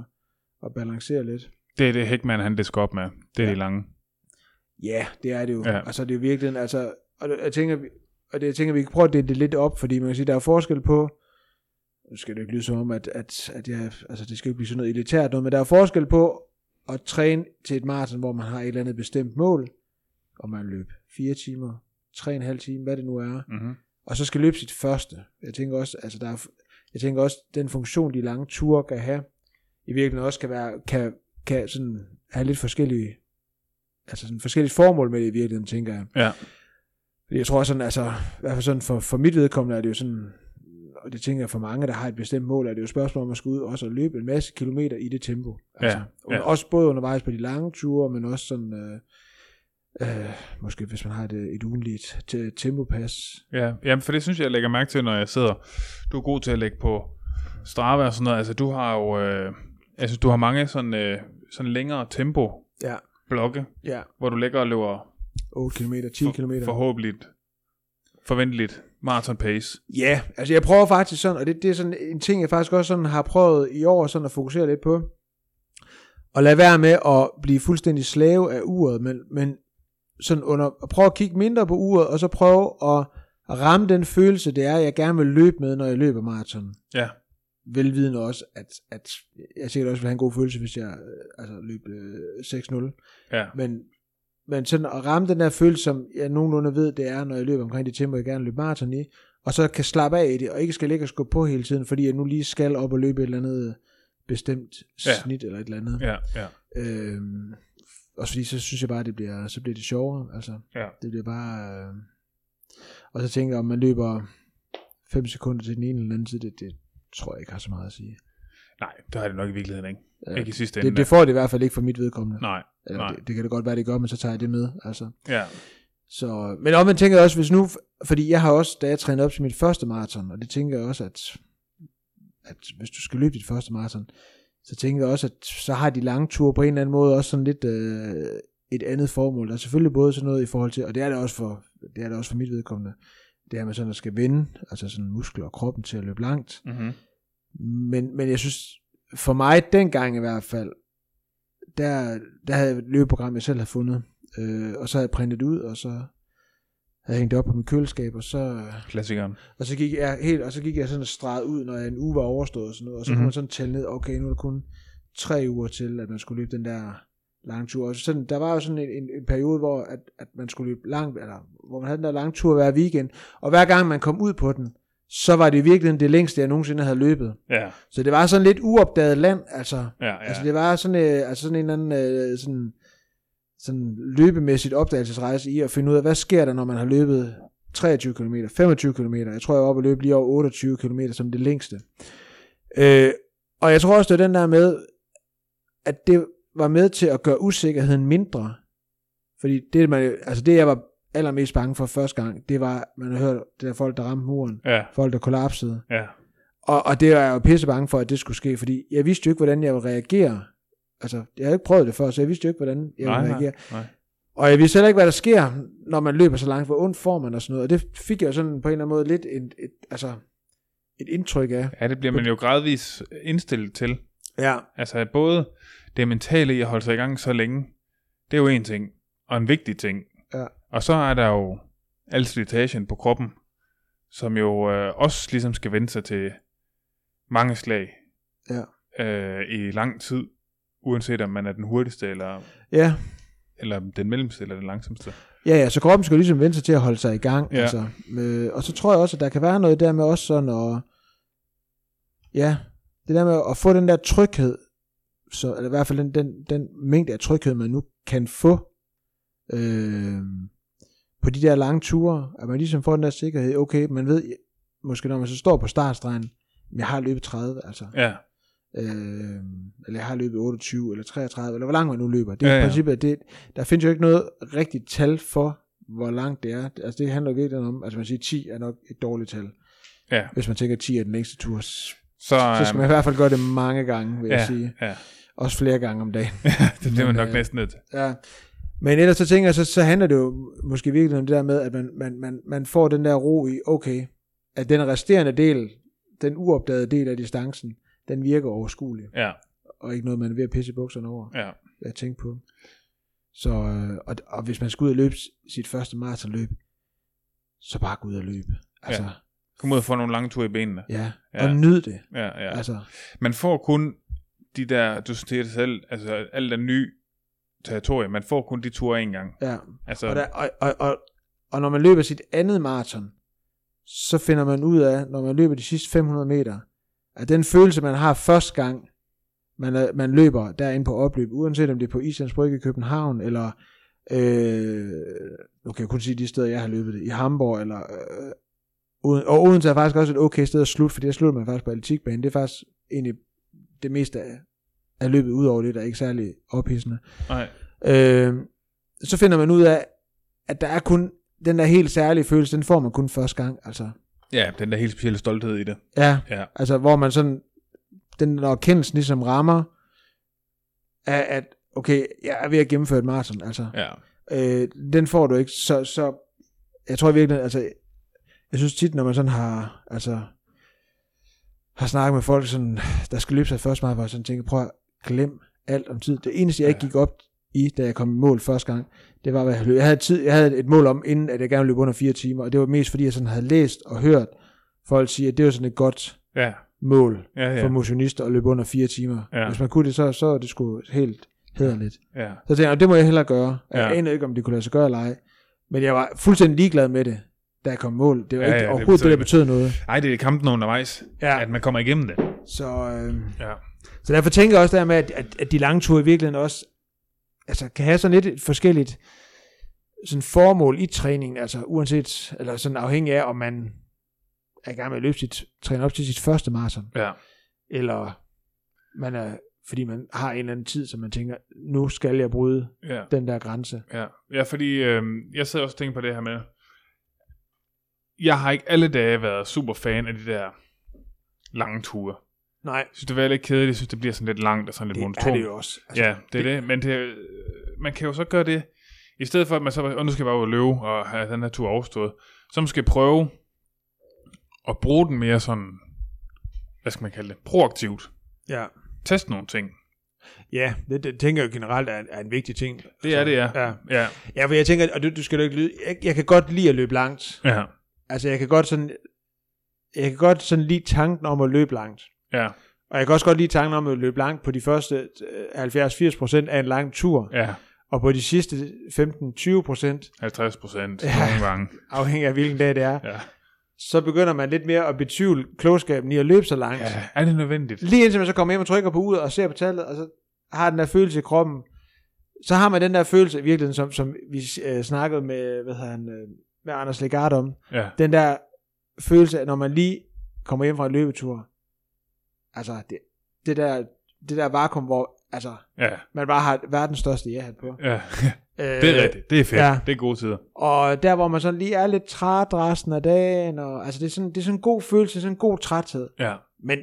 Speaker 1: at balancere lidt.
Speaker 2: Det er det Hækman, han disker op med. Det er ja.
Speaker 1: Ja.
Speaker 2: de lange.
Speaker 1: Ja, det er det jo.
Speaker 2: Ja.
Speaker 1: Ja. Altså, det er jo virkelig, altså, og det- jeg tænker, vi- og det, jeg tænker, vi kan prøve at dele det lidt op, fordi man kan sige, der er forskel på, nu skal det jo ikke lyde som om, at, at, at jeg, altså, det skal jo ikke blive sådan noget elitært noget, men der er forskel på at træne til et maraton, hvor man har et eller andet bestemt mål, og man løb fire timer, tre og en halv time, hvad det nu er,
Speaker 2: Mm-hmm.
Speaker 1: og så skal løbe sit første. Jeg tænker også, altså der er, jeg tænker også, den funktion, de lange ture kan have, i virkeligheden også kan være, kan, kan sådan have lidt forskellige, altså sådan forskellige formål med det i virkeligheden, tænker jeg.
Speaker 2: Ja.
Speaker 1: Fordi jeg tror sådan, altså, i hvert fald sådan for, for mit vedkommende er det jo sådan, og det tænker jeg for mange, der har et bestemt mål, er det jo et spørgsmål om at skulle ud også og løbe en masse kilometer i det tempo. Altså,
Speaker 2: ja.
Speaker 1: Også både undervejs på de lange ture, men også sådan, øh, øh, måske hvis man har et, øh, et ugenligt te- tempopas,
Speaker 2: Ja, jamen, for det synes jeg, jeg lægger mærke til, når jeg sidder. Du er god til at lægge på Strava og sådan noget. Altså, du har jo øh, altså, du har mange sådan, øh, sådan længere tempo
Speaker 1: Ja.
Speaker 2: blokke,
Speaker 1: Ja,
Speaker 2: hvor du ligger og løber
Speaker 1: 8 km, 10 km.
Speaker 2: forhåbentlig forventeligt marathon pace.
Speaker 1: Ja, altså jeg prøver faktisk sådan, og det, det er sådan en ting, jeg faktisk også sådan har prøvet i år sådan at fokusere lidt på. Og lade være med at blive fuldstændig slave af uret, men, men sådan under, at prøve at kigge mindre på uret, og så prøve at ramme den følelse, det er, jeg gerne vil løbe med, når jeg løber maraton.
Speaker 2: Ja,
Speaker 1: Velvidende også, at, at jeg sikkert også vil have en god følelse, hvis jeg øh, altså, løb øh, 6-0.
Speaker 2: ja,
Speaker 1: Men, men sådan at ramme den der følelse, som jeg nogenlunde ved, det er, når jeg løber omkring det tempo, jeg gerne vil løbe maraton i, og så kan slappe af i det, og ikke skal ligge og skubbe på hele tiden, fordi jeg nu lige skal op og løbe et eller andet øh, bestemt
Speaker 2: Ja.
Speaker 1: snit eller et eller andet.
Speaker 2: ja, ja.
Speaker 1: Øhm, også fordi, så synes jeg bare, det bliver, så bliver det sjovere. Altså,
Speaker 2: Ja.
Speaker 1: Det bliver bare... Øh, og så tænker jeg, om man løber 5 sekunder til den ene eller den anden side, det, det tror jeg ikke har så meget at sige.
Speaker 2: Nej, det har det nok i virkeligheden ikke.
Speaker 1: Ja.
Speaker 2: Ikke i sidste ende.
Speaker 1: Det, det får det i hvert fald ikke for mit vedkommende.
Speaker 2: Nej,
Speaker 1: Eller
Speaker 2: nej.
Speaker 1: Det, det, kan da godt være, det gør, men så tager jeg det med. Altså.
Speaker 2: ja,
Speaker 1: Så, men omvendt tænker jeg også, hvis nu, fordi jeg har også, da jeg trænede op til mit første maraton, og det tænker jeg også, at, at hvis du skal løbe dit første maraton, så tænker jeg også, at så har de lange ture på en eller anden måde også sådan lidt øh, et andet formål. Der er selvfølgelig både sådan noget i forhold til, og det er det også for, det er det også for mit vedkommende, det her med sådan at skal vende, altså sådan muskler og kroppen til at løbe langt.
Speaker 2: mm-hmm.
Speaker 1: Men, men jeg synes, for mig dengang i hvert fald, der, der havde jeg et løbeprogram, jeg selv havde fundet. Øh, og så havde jeg printet det ud, og så havde jeg hængt det op på mit køleskab, og så,
Speaker 2: klassikeren.
Speaker 1: og så, gik, jeg helt, og så gik jeg sådan og streget ud, når en uge var overstået og sådan noget. Og så mm-hmm.
Speaker 2: Mhm.
Speaker 1: kunne man sådan tælle ned, okay, nu er det kun tre uger til, at man skulle løbe den der lange tur. Og sådan, der var jo sådan en, en, en periode, hvor, at, at man skulle løbe langt, eller hvor man havde den der lange tur hver weekend. Og hver gang man kom ud på den, så var det i virkeligheden det længste, jeg nogensinde havde løbet.
Speaker 2: Ja,
Speaker 1: Så det var sådan lidt uopdaget land, altså. Ja.
Speaker 2: ja, ja.
Speaker 1: Altså det var sådan, øh, altså sådan en eller anden øh, sådan, sådan løbemæssigt opdagelsesrejse i at finde ud af, hvad sker der, når man har løbet 23 km, 25 km. Jeg tror, jeg var oppe og løb lige over 28 km som det længste. Øh, og jeg tror også, det er den der med, at det var med til at gøre usikkerheden mindre. Fordi det, man, altså det jeg var allermest bange for første gang, det var, man har hørt, det der folk, der ramte muren,
Speaker 2: Ja,
Speaker 1: folk, der kollapsede.
Speaker 2: ja,
Speaker 1: Og, og det var jeg jo pisse bange for, at det skulle ske, fordi jeg vidste jo ikke, hvordan jeg ville reagere. Altså, jeg havde ikke prøvet det før, så jeg vidste jo ikke, hvordan jeg
Speaker 2: Nej,
Speaker 1: ville
Speaker 2: nej,
Speaker 1: reagere.
Speaker 2: nej.
Speaker 1: Og jeg vidste heller ikke, hvad der sker, når man løber så langt, hvor ondt får man og sådan noget. Og det fik jeg jo sådan på en eller anden måde lidt et, et, altså, et indtryk af.
Speaker 2: ja, det bliver man jo gradvist indstillet til.
Speaker 1: Ja.
Speaker 2: Altså både det mentale i at holde sig i gang så længe, det er jo en ting, og en vigtig ting.
Speaker 1: Ja.
Speaker 2: Og så er der jo al slitagen på kroppen, som jo øh, også ligesom skal vende sig til mange slag
Speaker 1: Ja.
Speaker 2: øh, i lang tid, uanset om man er den hurtigste, eller,
Speaker 1: Ja,
Speaker 2: eller den mellemste, eller den langsomste.
Speaker 1: Ja, ja, så kroppen skal jo ligesom vende sig til at holde sig i gang.
Speaker 2: Ja.
Speaker 1: Ja. Altså. Øh, og så tror jeg også, at der kan være noget der med også sådan at... Ja, det der med at få den der tryghed, så, eller i hvert fald den, den, den mængde af tryghed, man nu kan få øh, på de der lange ture, at man ligesom får den der sikkerhed, okay, man ved, måske når man så står på startstregen, jeg har løbet 30, altså,
Speaker 2: Ja,
Speaker 1: øh, eller jeg har løbet 28, eller 33, eller hvor langt man nu løber. Det er
Speaker 2: Ja,
Speaker 1: ja, ja.
Speaker 2: ja.
Speaker 1: i princippet, at det, der findes jo ikke noget rigtigt tal for, hvor langt det er. Altså det handler jo virkelig om, altså man siger, 10 er nok et dårligt tal.
Speaker 2: Ja.
Speaker 1: Hvis man tænker, at 10 er den længste tur, s-
Speaker 2: Så,
Speaker 1: Så skal man i hvert fald gøre det mange gange, vil ja. jeg
Speaker 2: ja,
Speaker 1: sige.
Speaker 2: ja,
Speaker 1: Også flere gange om dagen. *laughs*
Speaker 2: øhm, *laughs* det bliver man
Speaker 1: Men,
Speaker 2: nok
Speaker 1: øh,
Speaker 2: næsten nødt til.
Speaker 1: Ja. Men ellers så tænker jeg, så, så handler det jo måske virkelig om det der med, at man, man, man, man får den der ro i, okay, at den resterende del, den uopdagede del af distancen, den virker overskuelig,
Speaker 2: Ja,
Speaker 1: og ikke noget, man er ved at pisse i bukserne over
Speaker 2: ja.
Speaker 1: at tænke på. Så, øh, og, og hvis man skal ud og løbe s- sit første maratonløb, så bare gå ud og løbe. Altså, ja.
Speaker 2: Kom ud og få nogle lange ture i benene.
Speaker 1: ja.
Speaker 2: Ja.
Speaker 1: Og nyd det.
Speaker 2: Ja, ja.
Speaker 1: Ja. Altså,
Speaker 2: Man får kun de der, du siger det selv, altså alt den nye territorie, man får kun de ture en gang.
Speaker 1: ja.
Speaker 2: Altså,
Speaker 1: Og, der, og, og, og, og når man løber sit andet maraton, så finder man ud af, når man løber de sidste 500 meter, at den følelse, man har første gang, man, er- man løber derinde på opløb, uanset om det er på Islands Brygge i København, eller øh, nu kan jeg kun sige de steder, jeg har løbet det, i Hamburg, eller øh, Uden- og Odense er faktisk også et okay sted at slutte, fordi der slutter man faktisk på atletikbanen. Det er faktisk egentlig det meste af, af løbet, udover det, der er ikke særlig ophidsende
Speaker 2: nej,
Speaker 1: øh, så finder man ud af, at der er kun den der helt særlige følelse, den får man kun første gang. Altså,
Speaker 2: ja, den der helt specielle stolthed i det.
Speaker 1: ja,
Speaker 2: Ja.
Speaker 1: altså hvor man sådan, den der erkendelsen ligesom rammer, af at, okay, jeg er ved at gennemføre et maraton, altså.
Speaker 2: Ja,
Speaker 1: Øh, den får du ikke, så, så jeg tror virkelig, altså, jeg synes tit, når man sådan har, altså, har snakket med folk, sådan, der skal løbe sig først meget, hvor jeg sådan tænker, prøv at glem alt om tid. Det eneste, jeg ikke
Speaker 2: Ja.
Speaker 1: gik op i, da jeg kom i mål første gang, det var, hvad jeg løb. Jeg havde, tid, jeg havde et mål om, inden at jeg gerne ville løbe under fire timer, og det var mest, fordi jeg sådan havde læst og hørt folk sige, at det var sådan et godt
Speaker 2: ja,
Speaker 1: mål
Speaker 2: ja,
Speaker 1: ja.
Speaker 2: ja.
Speaker 1: for motionister at løbe under fire timer.
Speaker 2: Ja.
Speaker 1: Ja. Hvis man kunne det, så, så er det sgu helt hederligt.
Speaker 2: ja.
Speaker 1: Så tænkte jeg, det må jeg hellere gøre. Og Jeg
Speaker 2: Ja.
Speaker 1: anede ikke, om det kunne lade sig gøre eller ej. Men jeg var fuldstændig ligeglad med det, da jeg kom i mål. Det var
Speaker 2: Ja,
Speaker 1: ja, ikke
Speaker 2: ja,
Speaker 1: ja,
Speaker 2: det
Speaker 1: overhovedet det, der betød noget.
Speaker 2: Ej, det er kampen undervejs,
Speaker 1: Ja.
Speaker 2: ja. at man kommer igennem det.
Speaker 1: Så, øh,
Speaker 2: Ja.
Speaker 1: så derfor tænker jeg også der med, at, at, at de lange ture i virkeligheden også altså, kan have sådan lidt et forskelligt sådan formål i træningen, altså uanset, eller sådan afhængig af, om man er i gang med at løbe sit, træne op til sit første maraton,
Speaker 2: Ja.
Speaker 1: eller man er, fordi man har en eller anden tid, som man tænker, nu skal jeg bryde
Speaker 2: Ja.
Speaker 1: den der grænse.
Speaker 2: Ja, ja fordi øh, jeg sidder også og tænker på det her med, jeg har ikke alle dage været super fan af de der lange ture.
Speaker 1: Nej,
Speaker 2: Jeg synes, det er lidt kedeligt. Jeg synes, det bliver sådan lidt langt og sådan lidt
Speaker 1: det
Speaker 2: monotont.
Speaker 1: er det jo også.
Speaker 2: Altså, ja, det er det. Men det, øh, man kan jo så gøre det, i stedet for at man så, og nu skal jeg bare ud og løbe og have den her tur overstået, så måske prøve at bruge den mere sådan, hvad skal man kalde det, proaktivt.
Speaker 1: Ja.
Speaker 2: Test nogle ting.
Speaker 1: Ja, det, det tænker jeg jo generelt er, er en vigtig ting.
Speaker 2: Det er det, ja.
Speaker 1: Ja,
Speaker 2: Ja,
Speaker 1: ja for jeg tænker, og du, du skal jo ikke lyde, jeg, jeg kan godt lide at løbe langt.
Speaker 2: ja,
Speaker 1: Altså, jeg kan godt sådan, jeg kan godt sådan lide tanken om at løbe langt.
Speaker 2: ja,
Speaker 1: Og jeg kan også godt lide tanken om at løbe langt på de første øh, 70-80% af en lang tur.
Speaker 2: ja.
Speaker 1: Og på de sidste 15-20%,
Speaker 2: 50 procent
Speaker 1: Ja.
Speaker 2: nogle gange.
Speaker 1: afhængig af hvilken dag det er,
Speaker 2: Ja.
Speaker 1: så begynder man lidt mere at betvivle klogskaben i at løbe så langt.
Speaker 2: ja. Er det nødvendigt?
Speaker 1: Lige indtil man så kommer hjem og trykker på ud og ser på tallet, og så har den der følelse i kroppen, så har man den der følelse i virkeligheden, som, som vi øh, snakkede med, hvad hedder han, øh, med Anders Legard om,
Speaker 2: Ja,
Speaker 1: den der følelse, af, når man lige kommer hjem fra en løbetur, altså det, det der, det der vakuum, hvor altså,
Speaker 2: ja,
Speaker 1: man bare har verdens største ja-hat på.
Speaker 2: ja.
Speaker 1: Øh,
Speaker 2: Det er rigtigt. Det er fedt.
Speaker 1: ja.
Speaker 2: Ja. Det er gode tider.
Speaker 1: Og der, hvor man sådan lige er lidt træt resten af dagen, og, altså det er, sådan, det er sådan en god følelse, sådan en god træthed.
Speaker 2: Ja,
Speaker 1: Men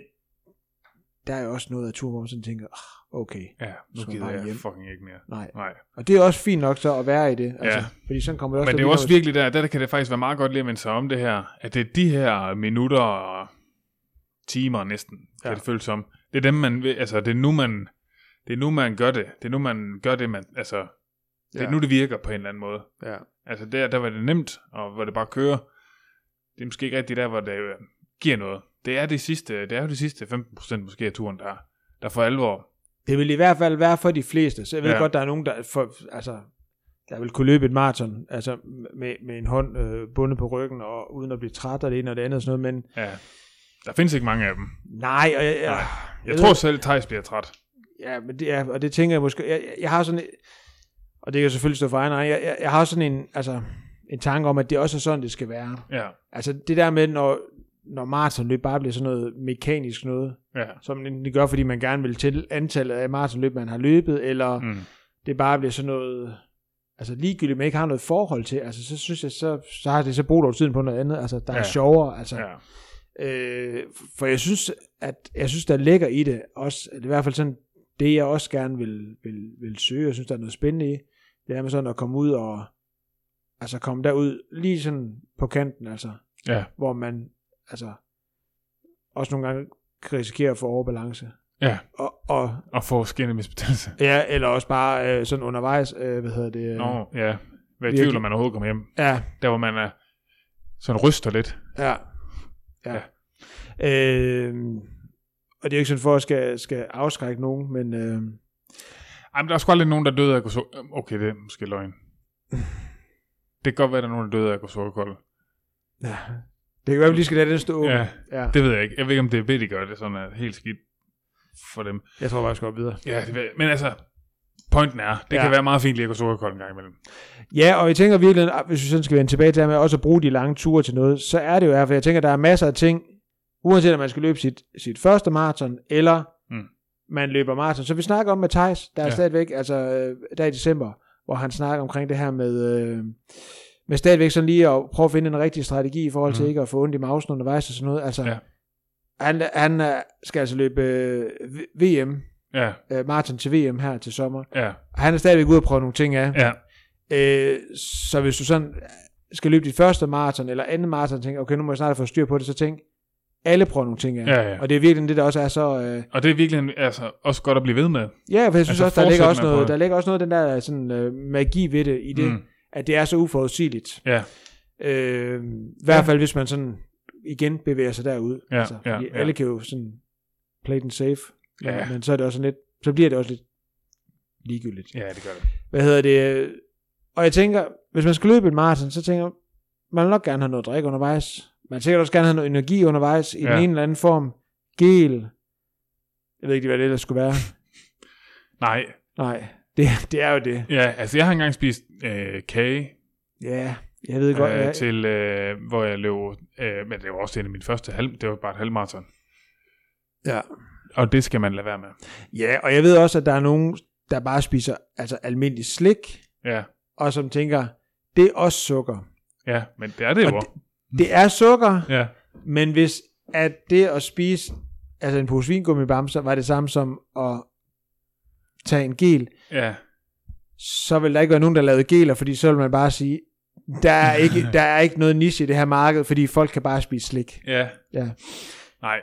Speaker 1: der er jo også noget af turen, hvor man sådan tænker, "Ah, okay,
Speaker 2: ja. Nu
Speaker 1: Så
Speaker 2: gider
Speaker 1: bare
Speaker 2: jeg
Speaker 1: hjem.
Speaker 2: fucking ikke mere.
Speaker 1: nej.
Speaker 2: Nej.
Speaker 1: Og det er også fint nok så at være i det. Altså,
Speaker 2: Ja.
Speaker 1: Fordi sådan kommer det også...
Speaker 2: Men det er jo
Speaker 1: lidt
Speaker 2: også
Speaker 1: ud-
Speaker 2: virkelig der, der kan det faktisk være meget godt lige at minde sig om det her, at det er de her minutter og timer næsten, kan
Speaker 1: Ja.
Speaker 2: det føles som. Det er dem, man vil, altså det er nu, man, det er nu, man gør det. Det er nu, man gør det, man, altså, det er
Speaker 1: Ja.
Speaker 2: nu, det virker på en eller anden måde.
Speaker 1: Ja.
Speaker 2: Altså der, der var det nemt, og hvor det bare kører. Det er måske ikke rigtigt der, hvor det øh, giver noget. Det er, det sidste, det er jo de sidste 15% måske af turen, der, der for alvor.
Speaker 1: Det vil i hvert fald være for de fleste. Så jeg ved
Speaker 2: Ja.
Speaker 1: ja. godt, der er nogen, der, for, altså, der vil kunne løbe et maraton altså, med, med en hånd øh, bundet på ryggen, og uden at blive træt og det ene og det andet og sådan noget. Men
Speaker 2: Ja. Der findes ikke mange af dem.
Speaker 1: nej, og jeg, jeg,
Speaker 2: Nej. Jeg
Speaker 1: ved
Speaker 2: tror
Speaker 1: ikke.
Speaker 2: selv, Thijs bliver træt.
Speaker 1: Ja, men det er, og det tænker jeg måske, jeg, jeg- jeg har sådan, og det kan selvfølgelig stå for egen regning, jeg, jeg, jeg har sådan en, altså, en tanke om, at det også er sådan, det skal være.
Speaker 2: Ja,
Speaker 1: Altså det der med, når, når maratonløb bare bliver sådan noget mekanisk noget,
Speaker 2: ja.
Speaker 1: som man egentlig gør, fordi man gerne vil til antallet af maratonløb, man har løbet, eller mm.
Speaker 2: Mm.
Speaker 1: det bare bliver sådan noget, altså ligegyldigt, man ikke har noget forhold til, altså så synes jeg, så, så har det så brugt over tiden på noget andet, altså der ja.
Speaker 2: Ja.
Speaker 1: er sjovere, altså, ja.
Speaker 2: Ja.
Speaker 1: Øh, for jeg synes, at jeg synes, der ligger i det også, at i hvert fald sådan, det jeg også gerne vil, vil, vil søge, jeg synes, der er noget spændende i, det er med sådan at komme ud og, altså komme derud lige sådan på kanten, altså,
Speaker 2: Ja.
Speaker 1: hvor man, altså, også nogle gange kan risikere at få overbalance.
Speaker 2: Ja.
Speaker 1: Og, og
Speaker 2: Og få skinnemisbetændelse.
Speaker 1: ja, eller også bare øh, sådan undervejs, øh, hvad hedder det? øh,
Speaker 2: Nå, ja. Hvad i
Speaker 1: Virkelig.
Speaker 2: tvivl, om man overhovedet kommer hjem.
Speaker 1: Ja,
Speaker 2: Der, hvor man er sådan ryster lidt.
Speaker 1: Ja. Ja. Øhm, og det er jo ikke sådan for, at jeg skal, skal afskrække nogen, men øhm,
Speaker 2: Ej, men der er sgu aldrig nogen, der døde af at gå su- Okay, det er måske
Speaker 1: *laughs*
Speaker 2: løgn. Det kan godt være, der er nogen, der døde af at gå sukkerkold.
Speaker 1: ja. det kan være, at vi lige skal lade den stå.
Speaker 2: Ja,
Speaker 1: ja.
Speaker 2: det ved jeg ikke. Jeg ved ikke, om det er ved, de gør det sådan er helt skidt for dem.
Speaker 1: Jeg tror bare, jeg skal op videre.
Speaker 2: Ja, det ved jeg. Men altså, pointen er, det
Speaker 1: Ja.
Speaker 2: ja. kan være meget fint lige at gå sukkerkold en gang imellem.
Speaker 1: Ja, og jeg tænker virkelig, at hvis vi sådan skal vende tilbage til det her med også at bruge de lange ture til noget, så er det jo her, for jeg tænker, at der er masser af ting, uanset om man skal løbe sit, sit første maraton, eller
Speaker 2: Mm.
Speaker 1: man løber maraton. Så vi snakker om med Thijs, der er ja.
Speaker 2: Ja.
Speaker 1: stadigvæk, altså øh, der i december, hvor han snakker omkring det her med, øh, med stadigvæk sådan lige at prøve at finde en rigtig strategi i forhold til
Speaker 2: Mm.
Speaker 1: ikke at få ondt i mausen undervejs og sådan noget. Altså,
Speaker 2: Ja.
Speaker 1: han, han er- skal altså løbe øh, V- VM,
Speaker 2: Ja,
Speaker 1: øh, maraton til VM her til sommer.
Speaker 2: ja,
Speaker 1: Og han er stadigvæk ude og prøve nogle ting af.
Speaker 2: ja.
Speaker 1: Øh, så hvis du sådan skal løbe dit første maraton eller anden maraton, og tænker, okay, nu må jeg snart få styr på det, så tænk, alle prøver nogle ting af.
Speaker 2: Ja, ja.
Speaker 1: Og det er virkelig det, der også er så... Øh,
Speaker 2: Og det er virkelig altså, også godt at blive ved med.
Speaker 1: ja, for jeg synes
Speaker 2: Altså,
Speaker 1: altså, også, der ligger
Speaker 2: fortsæt
Speaker 1: også,
Speaker 2: med at
Speaker 1: noget,
Speaker 2: prøve.
Speaker 1: der ligger også noget af den der sådan, øh, magi ved det, i det, mm.
Speaker 2: Mm.
Speaker 1: at det er så uforudsigeligt.
Speaker 2: Ja,
Speaker 1: Øh, I hvert fald, hvis man sådan igen bevæger sig derud. Altså,
Speaker 2: Ja, ja,
Speaker 1: fordi
Speaker 2: ja.
Speaker 1: Alle kan jo sådan play den safe, men,
Speaker 2: Ja.
Speaker 1: men så, er det også sådan lidt, så bliver det også lidt ligegyldigt.
Speaker 2: ja, det gør det.
Speaker 1: hvad hedder det, og jeg tænker, hvis man skal løbe et maraton, så tænker jeg, man vil nok gerne have noget drik undervejs, man vil sikkert også gerne have noget energi undervejs, i ja.
Speaker 2: Ja.
Speaker 1: den ene eller anden form, gel, jeg ved ikke, hvad det ellers skulle være,
Speaker 2: Nej,
Speaker 1: nej, det, det er jo det,
Speaker 2: ja, altså jeg har engang spist øh, kage
Speaker 1: ja, jeg ved godt,
Speaker 2: øh,
Speaker 1: øh,
Speaker 2: til, øh, hvor jeg løb, øh, men det var også en af mine første halv, det var bare et halvmarathon.
Speaker 1: ja.
Speaker 2: Og det skal man lade være med.
Speaker 1: ja, og jeg ved også, at der er nogen, der bare spiser altså almindelig slik,
Speaker 2: Ja,
Speaker 1: og som tænker, det er også sukker,
Speaker 2: ja, men det er det
Speaker 1: Og
Speaker 2: jo.
Speaker 1: det er sukker,
Speaker 2: Ja,
Speaker 1: Men hvis at det at spise altså en pose vingummibamser var det samme som at tage en gel,
Speaker 2: ja,
Speaker 1: så vil der ikke være nogen, der lavede geler, fordi så vil man bare sige, der er *laughs* ikke, der er ikke noget niche i det her marked, fordi folk kan bare spise slik.
Speaker 2: ja.
Speaker 1: Ja.
Speaker 2: Nej,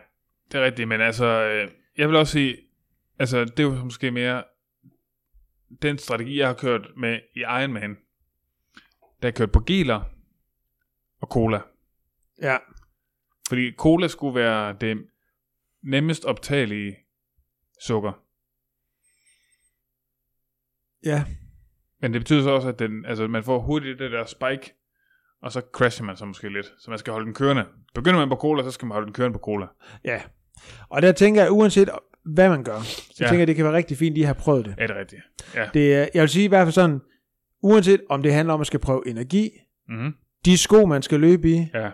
Speaker 2: det er rigtigt, men altså, øh, jeg vil også sige, altså, det er jo måske mere den strategi, jeg har kørt med i Ironman. Der har jeg kørt på geler og cola.
Speaker 1: Ja.
Speaker 2: Fordi cola skulle være det nemmest optagelige sukker.
Speaker 1: Ja.
Speaker 2: Men det betyder så også, at den, altså, man får hurtigt det der spike, og så crasher man så måske lidt. Så man skal holde den kørende. Begynder man på cola, så skal man holde den kørende på cola.
Speaker 1: Ja. Og der tænker jeg, uanset hvad man gør, så ja.
Speaker 2: Ja.
Speaker 1: tænker jeg, det kan være rigtig fint lige at have prøvet det.
Speaker 2: Er det rigtigt? Ja.
Speaker 1: det er, jeg vil sige i hvert fald sådan, uanset om det handler om at skal prøve energi,
Speaker 2: Mm-hmm.
Speaker 1: de sko, man skal løbe i,
Speaker 2: Ja.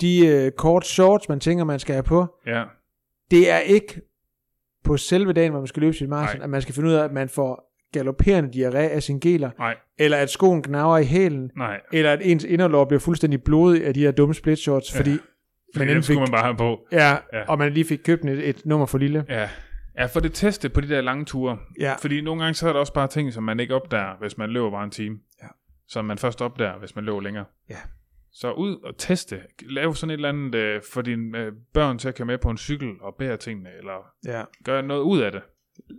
Speaker 1: de øh, kort shorts, man tænker, man skal have på,
Speaker 2: Ja.
Speaker 1: det er ikke på selve dagen, hvor man skal løbe sit maraton,
Speaker 2: Nej.
Speaker 1: at man skal finde ud af, at man får galopperende diarré af sine geler,
Speaker 2: Nej.
Speaker 1: eller at skoen gnaver i hælen,
Speaker 2: Nej.
Speaker 1: eller at ens inderlår bliver fuldstændig blodig af de her dumme splitshorts, fordi ja,
Speaker 2: Men
Speaker 1: enten
Speaker 2: den skulle
Speaker 1: fik-
Speaker 2: man bare have på.
Speaker 1: ja, ja.
Speaker 2: Ja.
Speaker 1: og man lige fik købt et, et nummer for lille.
Speaker 2: Ja. Ja, for det teste på de der lange ture.
Speaker 1: Ja,
Speaker 2: Fordi nogle gange så er der også bare ting, som man ikke opdager, hvis man løber bare en time.
Speaker 1: Ja.
Speaker 2: Som man først opdager, hvis man løber længere.
Speaker 1: Ja.
Speaker 2: Så ud og teste. Lav sådan et eller andet øh, for dine øh, børn til at køre med på en cykel og bære tingene, eller
Speaker 1: ja.
Speaker 2: gør noget ud af det.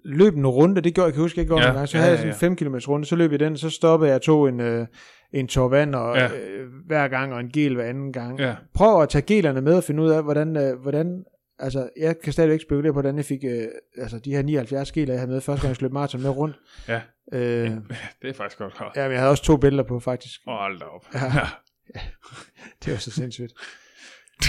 Speaker 1: Løb en runde, det gjorde jeg, kan huske, jeg gjorde ja,
Speaker 2: Ja,
Speaker 1: en gang, så
Speaker 2: ja,
Speaker 1: havde
Speaker 2: ja,
Speaker 1: jeg sådan en
Speaker 2: ja.
Speaker 1: 5 km runde, så løb jeg den, så stoppede jeg, tog en, øh, en tår vand og, ja.
Speaker 2: Ja.
Speaker 1: øh, hver gang, og en gel hver anden gang.
Speaker 2: Ja.
Speaker 1: prøv at tage gelerne med og finde ud af, hvordan, øh, hvordan altså, jeg kan stadigvæk spekulere på, hvordan jeg fik øh, altså, de her 79 geler, jeg havde med første gang, jeg skulle løbe maraton med rundt.
Speaker 2: Ja.
Speaker 1: Øh,
Speaker 2: Det er faktisk godt. Ja.
Speaker 1: ja, men jeg havde også to billeder på, faktisk.
Speaker 2: Og hold da op.
Speaker 1: Ja.
Speaker 2: Ja.
Speaker 1: Det
Speaker 2: *laughs*
Speaker 1: var så sindssygt.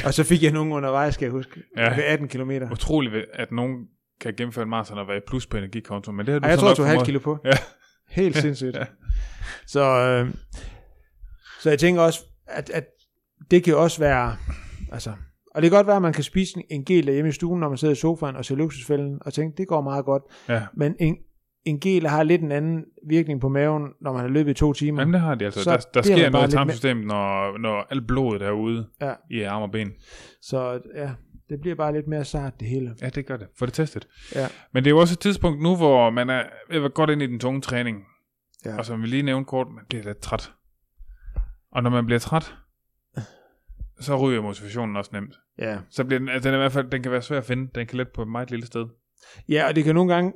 Speaker 1: og så fik jeg nogen undervejs, skal jeg huske,
Speaker 2: Ja.
Speaker 1: ved 18 km. Ej,
Speaker 2: Utroligt, ved- at nogen kan gennemføre en maraton og være i plus på energikonto, men det har du
Speaker 1: jeg
Speaker 2: så
Speaker 1: tror,
Speaker 2: nok
Speaker 1: jeg tog halvt
Speaker 2: formået.
Speaker 1: kilo på.
Speaker 2: Ja.
Speaker 1: Helt sindssygt.
Speaker 2: Ja.
Speaker 1: Så, øh, så jeg tænker også, at, at det kan jo også være, altså, og det kan godt være, at man kan spise en- en gel derhjemme i stuen, når man sidder i sofaen og ser luksusfælden, og tænke, det går meget godt.
Speaker 2: Ja.
Speaker 1: Men en, en gel har lidt en anden virkning på maven, når man har løbet i to timer.
Speaker 2: Jamen det har de altså.
Speaker 1: Så
Speaker 2: Så der, der
Speaker 1: bliver
Speaker 2: sker
Speaker 1: man bare
Speaker 2: noget i
Speaker 1: lidt
Speaker 2: tarmsystemet, når, når alt blodet er ude
Speaker 1: Ja.
Speaker 2: i arm og ben.
Speaker 1: Så ja, det bliver bare lidt mere sart det hele.
Speaker 2: Ja, det gør det. Få det testet.
Speaker 1: Ja.
Speaker 2: Men det er jo også et tidspunkt nu, hvor man er ved at være godt ind i den tunge træning.
Speaker 1: Ja.
Speaker 2: Og som vi lige nævnte kort, man bliver lidt træt. Og når man bliver træt, så ryger motivationen også nemt.
Speaker 1: Ja.
Speaker 2: Så bliver den, altså den, er i hvert fald, den kan være svær at finde. Den kan let på et meget lille sted.
Speaker 1: Ja, og det kan nogle gange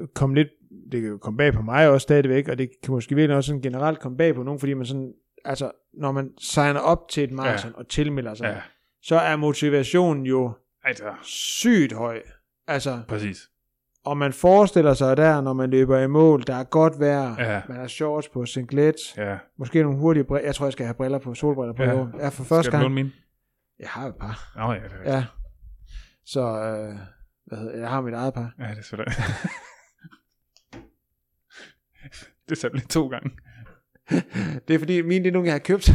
Speaker 1: øh, komme lidt, det kan jo komme bag på mig også stadigvæk, og det kan måske virkelig også sådan generelt komme bag på nogen, fordi man sådan, altså, når man signer op til et maraton ja. og tilmelder sig,
Speaker 2: Ja.
Speaker 1: ja. så er motivationen jo
Speaker 2: Altså,
Speaker 1: sygt høj. Altså,
Speaker 2: præcis.
Speaker 1: og man forestiller sig der, når man løber i mål, der er godt vejr,
Speaker 2: Ja.
Speaker 1: man har shorts på, singlet, ja.
Speaker 2: Ja.
Speaker 1: måske nogle hurtige briller, jeg tror, jeg skal have briller på, solbriller på.
Speaker 2: Ja.
Speaker 1: Ja, ja for første
Speaker 2: Skal du låne
Speaker 1: gang.
Speaker 2: mine?
Speaker 1: Jeg har et par.
Speaker 2: Nå, ja, det er rigtigt.
Speaker 1: Ja. Så, øh, hvad hedder, jeg har mit eget par.
Speaker 2: Ja, det er selvfølgelig. *laughs* det sagde du lige to gange.
Speaker 1: Det er fordi, mine, det er nogle, jeg har købt.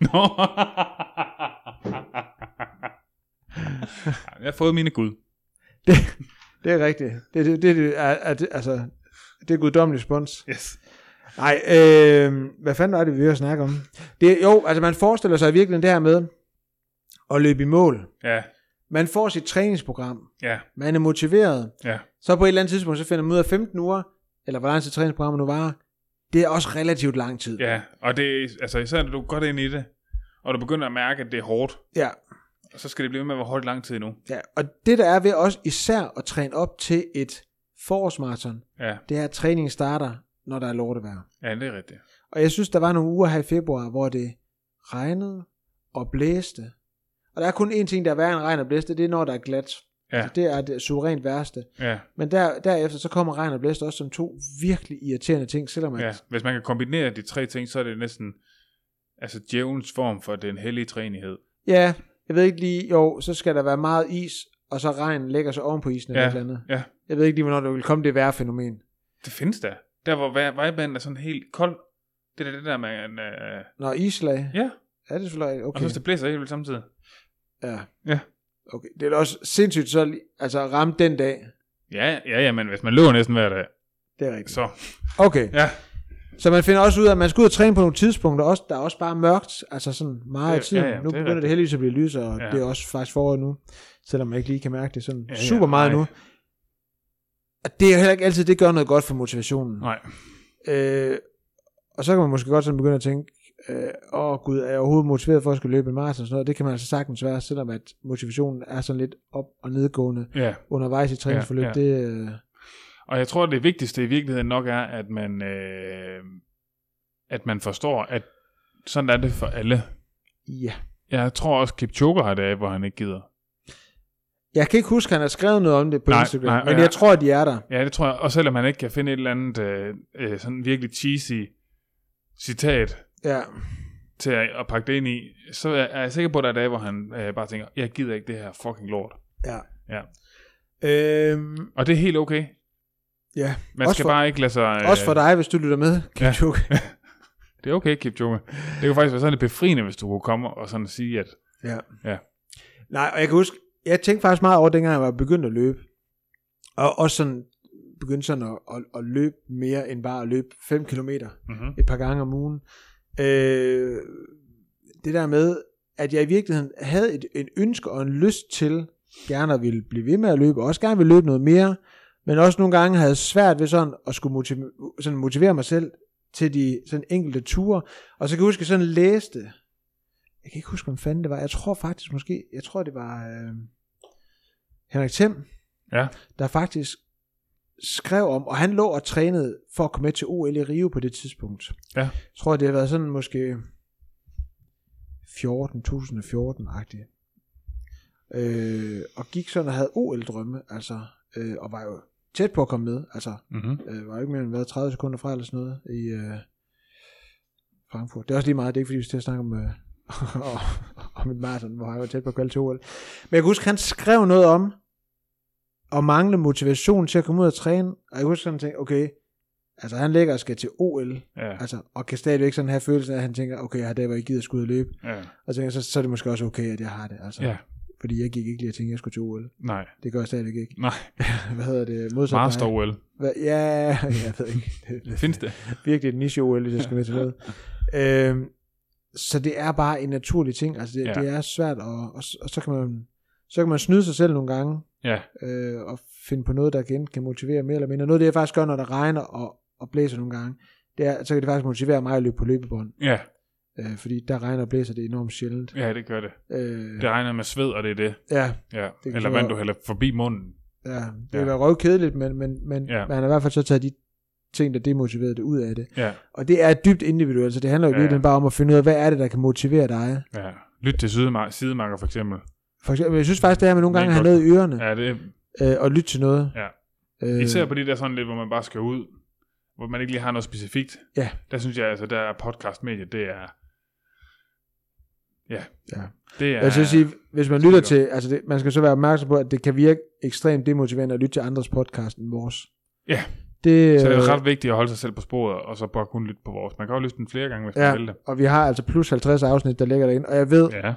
Speaker 2: Nå. Ej, Jeg har fået mine gud.
Speaker 1: *laughs* Det er rigtigt. Det, det, det, det er, er, det- altså, det er guddommelig spons.
Speaker 2: Yes.
Speaker 1: Nej, øh, hvad fanden var det, vi var at snakke om? Det, jo, altså man forestiller sig virkelig det her med at løbe i mål.
Speaker 2: Ja,
Speaker 1: Man får sit træningsprogram.
Speaker 2: ja,
Speaker 1: Man er motiveret.
Speaker 2: ja.
Speaker 1: Så på et eller andet tidspunkt, så finder man ud af 15 uger, eller hvor lang tid træningsprogrammet nu varer, det er også relativt lang tid.
Speaker 2: Ja, og det er, altså især når du går godt ind i det, og du begynder at mærke, at det er hårdt,
Speaker 1: ja.
Speaker 2: og så skal det blive ved med at være hårdt lang tid endnu.
Speaker 1: ja. Og det der er ved også især at træne op til et forårsmarathon,
Speaker 2: Ja,
Speaker 1: det er, at træningen starter, når der er lortevejr.
Speaker 2: ja det er rigtigt.
Speaker 1: Og jeg synes, der var nogle uger her i februar, hvor det regnede og blæste. Og der er kun én ting, der er værre end regn og blæste, det er når der er glat.
Speaker 2: Ja.
Speaker 1: Så det er det suverænt værste.
Speaker 2: Ja,
Speaker 1: Men der, derefter så kommer regn og blæste også som to virkelig irriterende ting, selvom man...
Speaker 2: ja. Hvis man kan kombinere de tre ting, så er det næsten altså djævelens form for den hellige træenighed.
Speaker 1: ja jeg ved ikke lige, jo, så skal der være meget is, og så regn lægger sig oven på isen eller
Speaker 2: Ja,
Speaker 1: et eller andet.
Speaker 2: ja.
Speaker 1: Jeg ved ikke lige, hvornår der vil komme det værre fænomen.
Speaker 2: Det findes der. Der hvor vej- vejbanen er sådan helt kold, det er det der, man... Øh,
Speaker 1: Når islag, ja.
Speaker 2: ja,
Speaker 1: er det selvfølgelig
Speaker 2: og
Speaker 1: okay.
Speaker 2: så hvis det blæser helt vildt samtidig.
Speaker 1: Ja.
Speaker 2: Ja.
Speaker 1: Okay, det er da også sindssygt så lige- altså at ramme den dag.
Speaker 2: Ja, ja, ja, men hvis man løber næsten hver dag,
Speaker 1: Det er rigtigt.
Speaker 2: så...
Speaker 1: Okay.
Speaker 2: Ja,
Speaker 1: Så man finder også ud af, at man skal ud og træne på nogle tidspunkter, også, der er også bare mørkt, altså sådan meget
Speaker 2: Det-
Speaker 1: af tiden.
Speaker 2: ja,
Speaker 1: Ja,
Speaker 2: ja,
Speaker 1: ja, nu
Speaker 2: det er
Speaker 1: begynder
Speaker 2: rigtigt.
Speaker 1: det heldigvis at blive lysere, og
Speaker 2: Ja.
Speaker 1: ja. det er også faktisk forår nu, selvom man ikke lige kan mærke det sådan
Speaker 2: Ja,
Speaker 1: ja,
Speaker 2: ja,
Speaker 1: super meget
Speaker 2: nej.
Speaker 1: nu. Og det er jo heller ikke altid, det gør noget godt for motivationen.
Speaker 2: nej.
Speaker 1: Øh, og så kan man måske godt sådan begynde at tænke, øh, åh gud, er jeg overhovedet motiveret for at skulle løbe en maraton og sådan noget? Det kan man altså sagtens være, selvom at motivationen er sådan lidt op- og nedgående
Speaker 2: Ja.
Speaker 1: undervejs i træningsforløb.
Speaker 2: ja.
Speaker 1: Ja, ja. Det, øh,
Speaker 2: Og jeg tror, det vigtigste i virkeligheden nok er, at man, øh, at man forstår, at sådan er det for alle.
Speaker 1: ja.
Speaker 2: Jeg tror også, Kipchoge har dage, hvor han ikke gider.
Speaker 1: Jeg kan ikke huske, at han har skrevet noget om det på
Speaker 2: Nej,
Speaker 1: Instagram,
Speaker 2: nej,
Speaker 1: men
Speaker 2: ja.
Speaker 1: jeg tror, at de er der.
Speaker 2: Ja, det tror jeg. Og selvom han ikke kan finde et eller andet øh, øh, sådan virkelig cheesy citat
Speaker 1: Ja.
Speaker 2: til at, at pakke det ind i, så er er jeg sikker på, at der er dage, hvor han øh, bare tænker, jeg gider ikke det her fucking lort.
Speaker 1: Ja.
Speaker 2: Ja.
Speaker 1: Øhm,
Speaker 2: Og det er helt okay.
Speaker 1: ja.
Speaker 2: Man
Speaker 1: Også
Speaker 2: skal
Speaker 1: for-
Speaker 2: bare ikke lade sig...
Speaker 1: Øh, Også for dig, hvis du lytter med, *laughs*
Speaker 2: Ja.
Speaker 1: Kipchoge.
Speaker 2: Det er okay, Kipchoge. Det kunne faktisk være sådan lidt befriende, hvis du kunne komme og sådan sige, at
Speaker 1: Ja.
Speaker 2: Ja.
Speaker 1: Nej, og jeg kan huske, jeg tænkte faktisk meget over, dengang jeg var begyndt at løbe. Og også sådan, begyndte sådan at, at, at løbe mere end bare at løbe 5 km
Speaker 2: mm-hmm.
Speaker 1: et par gange om ugen. Øh, det der med, at jeg i virkeligheden havde et, et ønske og en lyst til, gerne at ville blive ved med at løbe, og også gerne ville løbe noget mere, men også nogle gange havde svært ved sådan at skulle motivere, sådan motivere mig selv til de sådan enkelte ture. Og så kan jeg huske, at jeg sådan læste, jeg kan ikke huske, hvem fanden det var, jeg tror faktisk måske, jeg tror det var øh, Henrik Thiem,
Speaker 2: Ja.
Speaker 1: der faktisk skrev om, og han lå og trænede for at komme med til OL i Rio på det tidspunkt.
Speaker 2: Ja.
Speaker 1: Jeg tror, det har været sådan måske 14.014-agtigt øh, og gik sådan og havde OL-drømme, altså, øh, og var jo tæt på at komme med, altså,
Speaker 2: Mm-hmm.
Speaker 1: øh, var jo ikke mere end hvad, 30 sekunder fra eller sådan noget i øh, Frankfurt. Det er også lige meget, det er ikke fordi, vi skal til at snakke om, øh, *laughs* om et maraton, hvor han var tæt på at kvalde til OL. Men jeg kan huske, han skrev noget om, at mangle motivation til at komme ud og træne, og jeg kan huske sådan tænkte, okay, altså han ligger og skal til OL,
Speaker 2: Ja,
Speaker 1: altså, og kan stadigvæk sådan have følelsen af, at han tænker, okay, jeg har dag, hvor jeg gider skulle ud og løbe,
Speaker 2: ja,
Speaker 1: og så tænker jeg, så, så er det måske også okay, at jeg har det, altså.
Speaker 2: ja.
Speaker 1: fordi jeg gik ikke lige og tænkte, at jeg skulle til OL.
Speaker 2: Nej,
Speaker 1: Det gør jeg stadigvæk ikke.
Speaker 2: nej.
Speaker 1: *laughs* Hvad hedder det? Modsat
Speaker 2: Master
Speaker 1: dig.
Speaker 2: OL.
Speaker 1: Hvad, ja, *laughs* jeg ved ikke. Det, det,
Speaker 2: Findes det?
Speaker 1: virkelig et niche-OL, hvis jeg skal med til noget. Øhm, så det er bare en naturlig ting. Altså det, ja.
Speaker 2: Ja.
Speaker 1: det er svært, og, og, s- og så, kan man, så kan man snyde sig selv nogle gange,
Speaker 2: Ja,
Speaker 1: øh, og finde på noget, der igen kan motivere mere eller mindre. Noget af det, jeg faktisk gør, når der regner og, og blæser nogle gange, det er, så kan det faktisk motivere mig at løbe på løbebånd.
Speaker 2: ja,
Speaker 1: Øh, fordi der regner og blæser det enormt sjældent.
Speaker 2: ja, det gør det.
Speaker 1: Øh,
Speaker 2: Det regner med sved, og det er det.
Speaker 1: ja,
Speaker 2: Ja.
Speaker 1: kan
Speaker 2: Eller
Speaker 1: være-
Speaker 2: vand, du hælder forbi munden.
Speaker 1: ja, det
Speaker 2: Ja.
Speaker 1: kan være røvkedeligt, men, men, men
Speaker 2: Ja.
Speaker 1: ja. man har i hvert fald så taget de ting, der demotiverede det ud af det.
Speaker 2: Ja,
Speaker 1: Og det er dybt individuelt, så det handler jo
Speaker 2: Ja,
Speaker 1: ja,
Speaker 2: ja.
Speaker 1: virkelig bare om at finde ud af, hvad er det, der kan motivere dig.
Speaker 2: ja. Lyt til sidemark- sidemarker, for eksempel.
Speaker 1: For eksempel, jeg synes faktisk, det her med nogle
Speaker 2: Det er
Speaker 1: gange at have
Speaker 2: godt.
Speaker 1: noget i ørerne,
Speaker 2: Ja, det,
Speaker 1: øh, og lytte til noget.
Speaker 2: Ja.
Speaker 1: Øh,
Speaker 2: især på de der sådan lidt, hvor man bare skal ud, hvor man ikke lige har noget specifikt.
Speaker 1: Ja.
Speaker 2: Der synes jeg, altså, der er podcastmediet, det er... Ja.
Speaker 1: Ja.
Speaker 2: Det er...
Speaker 1: jeg vil sige, hvis man
Speaker 2: Det er
Speaker 1: lytter
Speaker 2: godt.
Speaker 1: til, altså det, man skal så være opmærksom på, at det kan virke ekstremt demotiverende at lytte til andres podcast end vores.
Speaker 2: Ja.
Speaker 1: Det,
Speaker 2: så det er
Speaker 1: øh,
Speaker 2: ret vigtigt at holde sig selv på sporet, og så bare kun lytte på vores. Man kan jo lytte den flere gange, hvis
Speaker 1: Ja.
Speaker 2: man vil det.
Speaker 1: og vi har altså plus 50 afsnit, der ligger derinde, og jeg ved, ja.
Speaker 2: Ja.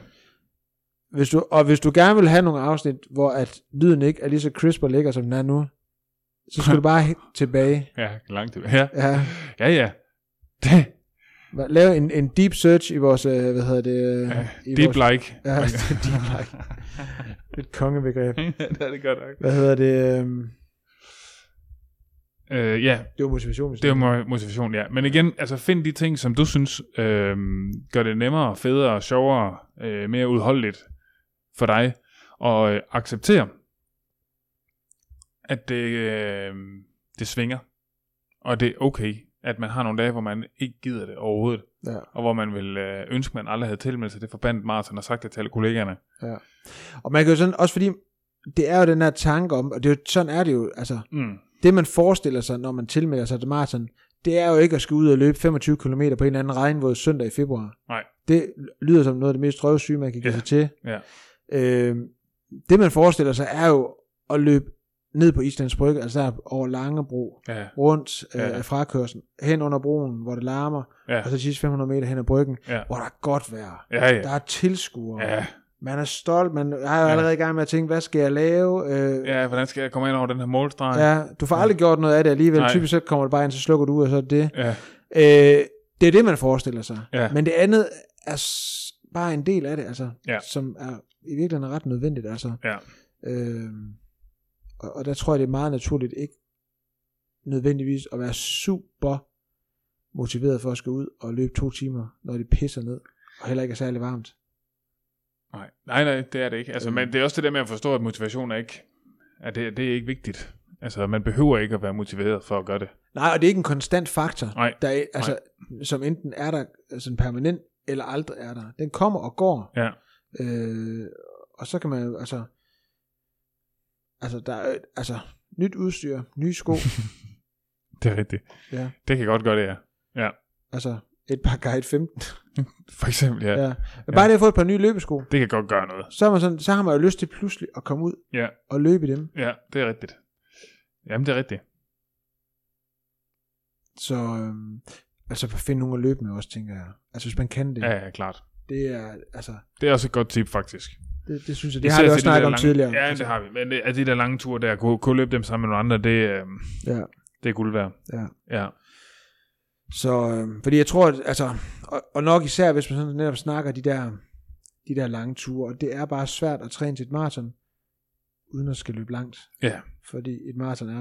Speaker 1: hvis du, og hvis du gerne vil have nogle afsnit, hvor at lyden ikke er lige så crisp og lækker, som den er nu, så
Speaker 2: *laughs*
Speaker 1: skal du bare he- tilbage.
Speaker 2: Ja, langt det. Ja,
Speaker 1: Ja,
Speaker 2: ja. ja. Det,
Speaker 1: lave en, en deep search i vores, øh, hvad hedder det? øh,
Speaker 2: ja.
Speaker 1: i
Speaker 2: Deep
Speaker 1: vores,
Speaker 2: like.
Speaker 1: Ja, *laughs* deep
Speaker 2: *laughs*
Speaker 1: like. Et kongebegreb.
Speaker 2: det er det godt nok.
Speaker 1: Hvad hedder det? øhm,
Speaker 2: Øh, ja,
Speaker 1: Det var motivation.
Speaker 2: det er jo mo- motivation, ja. Men igen, altså find de ting, som du synes øh, gør det nemmere, federe, sjovere, øh, mere udholdeligt for dig. Og øh, accepter, at det, øh, det svinger. Og det er okay, at man har nogle dage, hvor man ikke gider det overhovedet.
Speaker 1: Ja.
Speaker 2: Og hvor man vil øh, ønske, man aldrig havde tilmeldt sig det forbandet maraton og sagt det til alle kollegaerne.
Speaker 1: Og man kan jo sådan, også fordi, det er jo den her tanke om, og det er jo, sådan er det jo, altså,
Speaker 2: Mm.
Speaker 1: det man forestiller sig, når man tilmelder sig til maraton, det er jo ikke at skulle ud og løbe 25 km på en eller anden regnvåd søndag i februar.
Speaker 2: Nej.
Speaker 1: Det lyder som noget af det mest røvsyge, man kan give
Speaker 2: Ja.
Speaker 1: sig til.
Speaker 2: Ja.
Speaker 1: Øh, det man forestiller sig, er jo at løbe ned på Islands Brygge, altså der over Langebro,
Speaker 2: Ja,
Speaker 1: rundt øh,
Speaker 2: Ja.
Speaker 1: af frakørslen, hen under broen, hvor det larmer,
Speaker 2: ja,
Speaker 1: og så sidst 500 meter hen ad bryggen,
Speaker 2: Ja.
Speaker 1: hvor der er godt vejr. Altså,
Speaker 2: ja,
Speaker 1: Der
Speaker 2: ja.
Speaker 1: er tilskuere.
Speaker 2: ja.
Speaker 1: Man er stolt, man er jo
Speaker 2: Ja.
Speaker 1: allerede i gang med at tænke, hvad skal jeg lave? Øh, ja.
Speaker 2: Ja, hvordan skal jeg komme ind over den her målstreg?
Speaker 1: ja. Du får aldrig gjort noget af det alligevel.
Speaker 2: Nej.
Speaker 1: Nej. Typisk så kommer det bare ind, så slukker du ud, og så er det det.
Speaker 2: ja.
Speaker 1: Øh, det er det, man forestiller sig.
Speaker 2: Ja.
Speaker 1: Men det andet er s- bare en del af det, altså,
Speaker 2: Ja.
Speaker 1: som er i virkeligheden er ret nødvendigt. Altså.
Speaker 2: Ja.
Speaker 1: Øh, og, og der tror jeg, det er meget naturligt ikke nødvendigvis at være super motiveret for at skulle ud og løbe to timer, når det pisser ned, og heller ikke er særlig varmt.
Speaker 2: Nej, nej, nej, det er det ikke. Altså,
Speaker 1: Øhm.
Speaker 2: men det er også det der med at forstå, at motivation er ikke, at det, det er ikke vigtigt. Altså, man behøver ikke at være motiveret for at gøre det.
Speaker 1: Nej, og det er ikke en konstant faktor,
Speaker 2: Nej,
Speaker 1: der er, altså, som enten er der sådan permanent, eller aldrig er der. Den kommer og går.
Speaker 2: Ja.
Speaker 1: Øh, og så kan man jo, altså, altså, der er, altså, nyt udstyr, nye
Speaker 2: *laughs*
Speaker 1: sko,
Speaker 2: Det er rigtigt.
Speaker 1: Ja.
Speaker 2: Det kan godt gøre det, ja.
Speaker 1: altså, et par guide 15.
Speaker 2: For eksempel, ja.
Speaker 1: Ja.
Speaker 2: ja.
Speaker 1: ja. Men bare det at få et par nye løbesko,
Speaker 2: Det kan godt gøre noget.
Speaker 1: så, er man sådan, så har man jo lyst til pludselig at komme ud
Speaker 2: Ja.
Speaker 1: og løbe i dem.
Speaker 2: Ja, det er rigtigt. Jamen, det er rigtigt.
Speaker 1: Så øhm, altså, finde nogen at løbe med også, tænker jeg. Altså, hvis man kan det.
Speaker 2: Ja, ja, klart.
Speaker 1: Det er, altså,
Speaker 2: Det er også et godt tip, faktisk.
Speaker 1: det, det synes jeg, det har
Speaker 2: Især
Speaker 1: vi
Speaker 2: til
Speaker 1: også
Speaker 2: de der
Speaker 1: snakket om
Speaker 2: lange,
Speaker 1: tidligere. Altså,
Speaker 2: Ja, det har vi. Men det, at de der lange ture der, kunne, kunne løbe dem sammen med nogle andre, det, øh,
Speaker 1: Ja.
Speaker 2: det er guld værd.
Speaker 1: Ja.
Speaker 2: Ja.
Speaker 1: Så, øh, fordi jeg tror, at, altså, og, og nok især, hvis man sådan netop snakker de der, de der lange ture, og det er bare svært at træne til et maraton, uden at skal løbe langt.
Speaker 2: Ja.
Speaker 1: Fordi et maraton er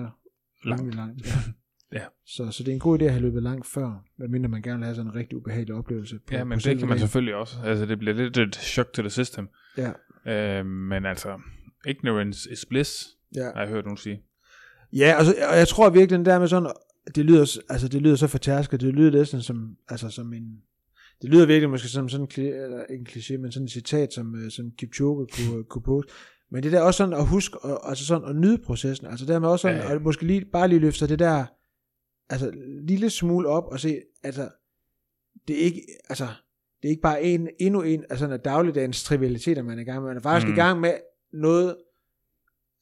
Speaker 2: Langt.
Speaker 1: langt, langt.
Speaker 2: *laughs* Ja.
Speaker 1: Så, så det er en god idé at have løbet langt før, medmindre man gerne vil have sådan en rigtig ubehagelig oplevelse. På,
Speaker 2: Ja, men
Speaker 1: på
Speaker 2: det
Speaker 1: selve
Speaker 2: kan man
Speaker 1: dagen.
Speaker 2: selvfølgelig også. Altså, det bliver lidt et chok til the system.
Speaker 1: Ja.
Speaker 2: Øh, men altså, ignorance is bliss,
Speaker 1: Ja.
Speaker 2: har jeg hørt nogen sige.
Speaker 1: Ja, og, så, og jeg tror virkelig, den der med sådan, det lyder, s- altså, det lyder så fortærsket, det lyder næsten som, altså, som en, det lyder virkelig måske som sådan en, kli- eller ikke en kliché, men sådan et citat, som, øh, som Kipchoge
Speaker 2: *laughs*
Speaker 1: kunne, kunne poste. Men det der også sådan at huske, og, altså sådan at nyde processen, altså dermed også sådan,
Speaker 2: Ja, ja.
Speaker 1: ja. at måske lige, bare lige løfte sig det der, altså lille smule op og se, altså, det er ikke, altså, det er ikke bare en, endnu en af sådan af dagligdagens trivialiteter, man er i gang med. Man er faktisk
Speaker 2: Mm.
Speaker 1: mm. i gang med noget,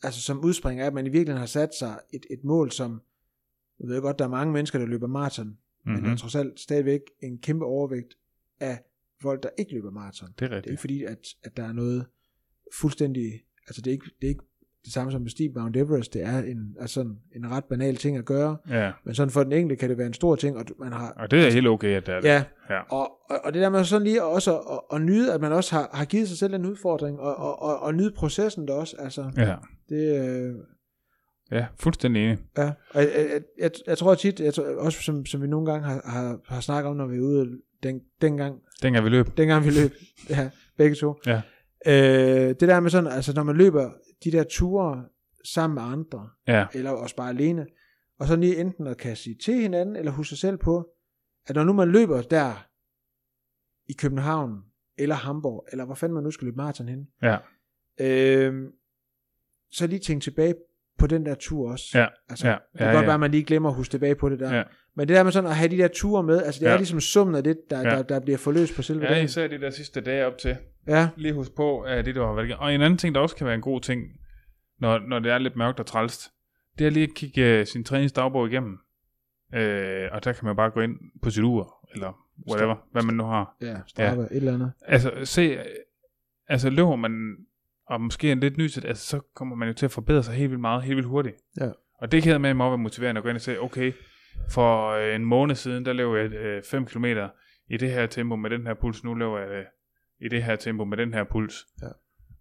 Speaker 1: altså som udspringer af, at man i virkeligheden har sat sig et, et mål, som, jeg ved godt, der er mange mennesker, der løber maraton, mm-hmm. men der
Speaker 2: Mm-hmm.
Speaker 1: er trods alt stadigvæk en kæmpe overvægt af folk, der ikke løber maraton.
Speaker 2: Det er
Speaker 1: Det er
Speaker 2: rigtigt.
Speaker 1: ikke fordi, at, at der er noget fuldstændig, altså det er ikke, det, er ikke det samme som at bestige Mount Everest, det er en, altså sådan en ret banal ting at gøre,
Speaker 2: Ja.
Speaker 1: men sådan for den enkelte kan det være en stor ting, og man har
Speaker 2: Og det er helt okay, at det er det.
Speaker 1: Altså- Ja,
Speaker 2: Ja.
Speaker 1: Og, og, og det der med sådan lige også at, at, at nyde, at man også har, har givet sig selv en udfordring, og, og, og, og nyde processen der også, altså,
Speaker 2: Ja,
Speaker 1: det, øh,
Speaker 2: ja fuldstændig enig.
Speaker 1: ja, og jeg, jeg, jeg, jeg tror tit, jeg tror, også som, som vi nogle gange har, har, har snakket om, når vi er ude, den, dengang,
Speaker 2: Dengang vi løb.
Speaker 1: dengang vi løb, ja, begge to,
Speaker 2: Ja.
Speaker 1: øh, det der med sådan, altså når man løber de der ture sammen med andre,
Speaker 2: Ja,
Speaker 1: eller også bare alene, og så lige enten at kan sige til hinanden, eller huske sig selv på, at når nu man løber der i København, eller Hamburg, eller hvor fanden man nu skal løbe maraton hen,
Speaker 2: ja,
Speaker 1: øh, så lige tænke tilbage på den der tur også.
Speaker 2: Ja,
Speaker 1: altså,
Speaker 2: ja,
Speaker 1: det kan
Speaker 2: ja,
Speaker 1: godt
Speaker 2: ja.
Speaker 1: være, at man lige glemmer at huske tilbage på det der.
Speaker 2: Ja.
Speaker 1: Men det der med sådan at have de der ture med, altså det
Speaker 2: Ja.
Speaker 1: er ligesom summen af det, der,
Speaker 2: Ja.
Speaker 1: der, der bliver forløst på selve
Speaker 2: ja
Speaker 1: dagen.
Speaker 2: især de der sidste dage op til.
Speaker 1: Ja,
Speaker 2: Lige husk på, at det der var valget. Og en anden ting, der også kan være en god ting, når, når det er lidt mørkt og trælst, det er lige at kigge øh, sin træningsdagbog igennem. Øh, og der kan man bare gå ind på sit ur, eller whatever, hvad man nu har.
Speaker 1: ja, strappe, ja. et eller andet.
Speaker 2: Altså, se, øh, altså løber man, og måske en lidt nyset, altså, så kommer man jo til at forbedre sig helt vildt meget, helt vildt hurtigt.
Speaker 1: Ja.
Speaker 2: Og det kan med mig være motiverende at gå ind og sige, okay, for øh, en måned siden, der løb jeg 5 km i det her tempo med den her puls, nu løber jeg det i det her tempo med den her puls.
Speaker 1: Ja.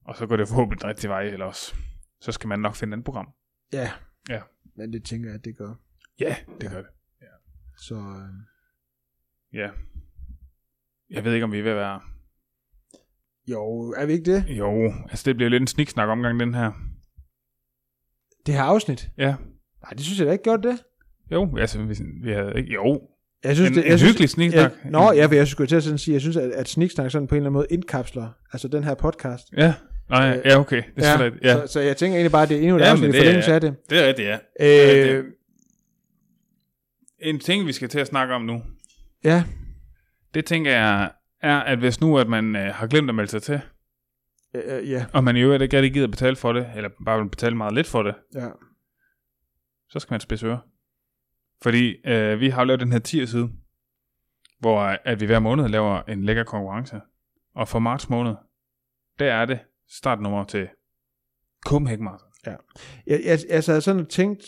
Speaker 2: Og så går det forhåbentlig den rigtige vej, eller også, så skal man nok finde et andet program.
Speaker 1: Ja.
Speaker 2: Ja.
Speaker 1: Men det tænker jeg, at det gør.
Speaker 2: Ja, det gør det.
Speaker 1: Så øh,
Speaker 2: Ja. Jeg ved ikke, om vi er ved at være...
Speaker 1: jo, er vi ikke det?
Speaker 2: Jo, altså det bliver lidt en sniksnak omgang, den her.
Speaker 1: Det her afsnit,
Speaker 2: Ja.
Speaker 1: nej, det synes jeg da ikke gjort det.
Speaker 2: Jo, altså vi, vi havde ikke... Jo,
Speaker 1: Jeg synes,
Speaker 2: En-
Speaker 1: det,
Speaker 2: en
Speaker 1: jeg synes,
Speaker 2: hyggelig sniksnak.
Speaker 1: Ja, nå, ja, for jeg skulle til at sådan sige, jeg synes, at, at sniksnak sådan på en eller anden måde indkapsler, altså den her podcast.
Speaker 2: Ja, nej,
Speaker 1: Øh,
Speaker 2: ja, okay. Det er ja, ja.
Speaker 1: Så, så, jeg tænker egentlig bare, at det er endnu et
Speaker 2: Ja,
Speaker 1: ja,
Speaker 2: men
Speaker 1: afsnit i
Speaker 2: det er-
Speaker 1: forlængelse af det.
Speaker 2: det er rigtigt, ja.
Speaker 1: Øh,
Speaker 2: En ting, vi skal til at snakke om nu,
Speaker 1: ja,
Speaker 2: det tænker jeg, er, at hvis nu, at man øh, har glemt at melde sig til,
Speaker 1: øh, ja,
Speaker 2: og man i øvrigt ikke rigtig gider betale for det, eller bare vil betale meget lidt for det,
Speaker 1: ja,
Speaker 2: så skal man spidse ører. Fordi øh, vi har jo lavet den her 10 side, hvor at vi hver måned laver en lækker konkurrence. Og for marts måned, der er det startnummer til Copenhagen Marathon.
Speaker 1: jeg, jeg, altså, jeg sad sådan og tænkte,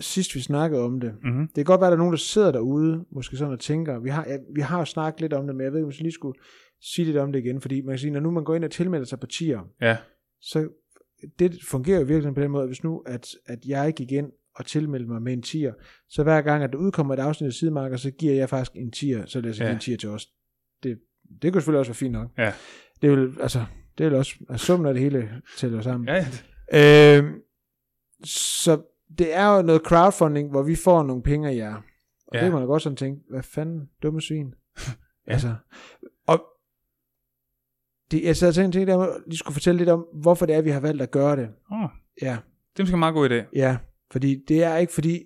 Speaker 1: sidst vi snakkede om det,
Speaker 2: Mm-hmm.
Speaker 1: det kan godt være, at der er nogen, der sidder derude, måske sådan og tænker, vi har, ja, vi har jo snakket lidt om det, men jeg ved ikke, om jeg lige skulle sige lidt om det igen, fordi man kan sige, når nu man går ind og tilmelder sig partier,
Speaker 2: Ja,
Speaker 1: så det fungerer jo virkelig på den måde, at hvis nu, at, at jeg gik ind og tilmeldte mig med en tier, så hver gang, at der udkommer et afsnit af Sidemarker, så giver jeg faktisk en tier, så lader jeg
Speaker 2: Ja.
Speaker 1: ja. en tier til os. Det, det kunne selvfølgelig også være fint nok.
Speaker 2: Ja.
Speaker 1: Det vil, altså, det vil også, altså summen af det hele tæller sammen.
Speaker 2: ja,
Speaker 1: Ja. Øhm, så det er jo noget crowdfunding, hvor vi får nogle penge af jer. Og ja. det
Speaker 2: Ja.
Speaker 1: kan man da godt sådan tænke, hvad fanden, dumme svin. *laughs* ja. Altså, og det, jeg sad og tænkte, tænkte, at jeg lige skulle fortælle lidt om, hvorfor det er, vi har valgt at gøre det.
Speaker 2: Oh,
Speaker 1: Ja,
Speaker 2: det er måske en meget god idé.
Speaker 1: ja. Fordi det er ikke fordi,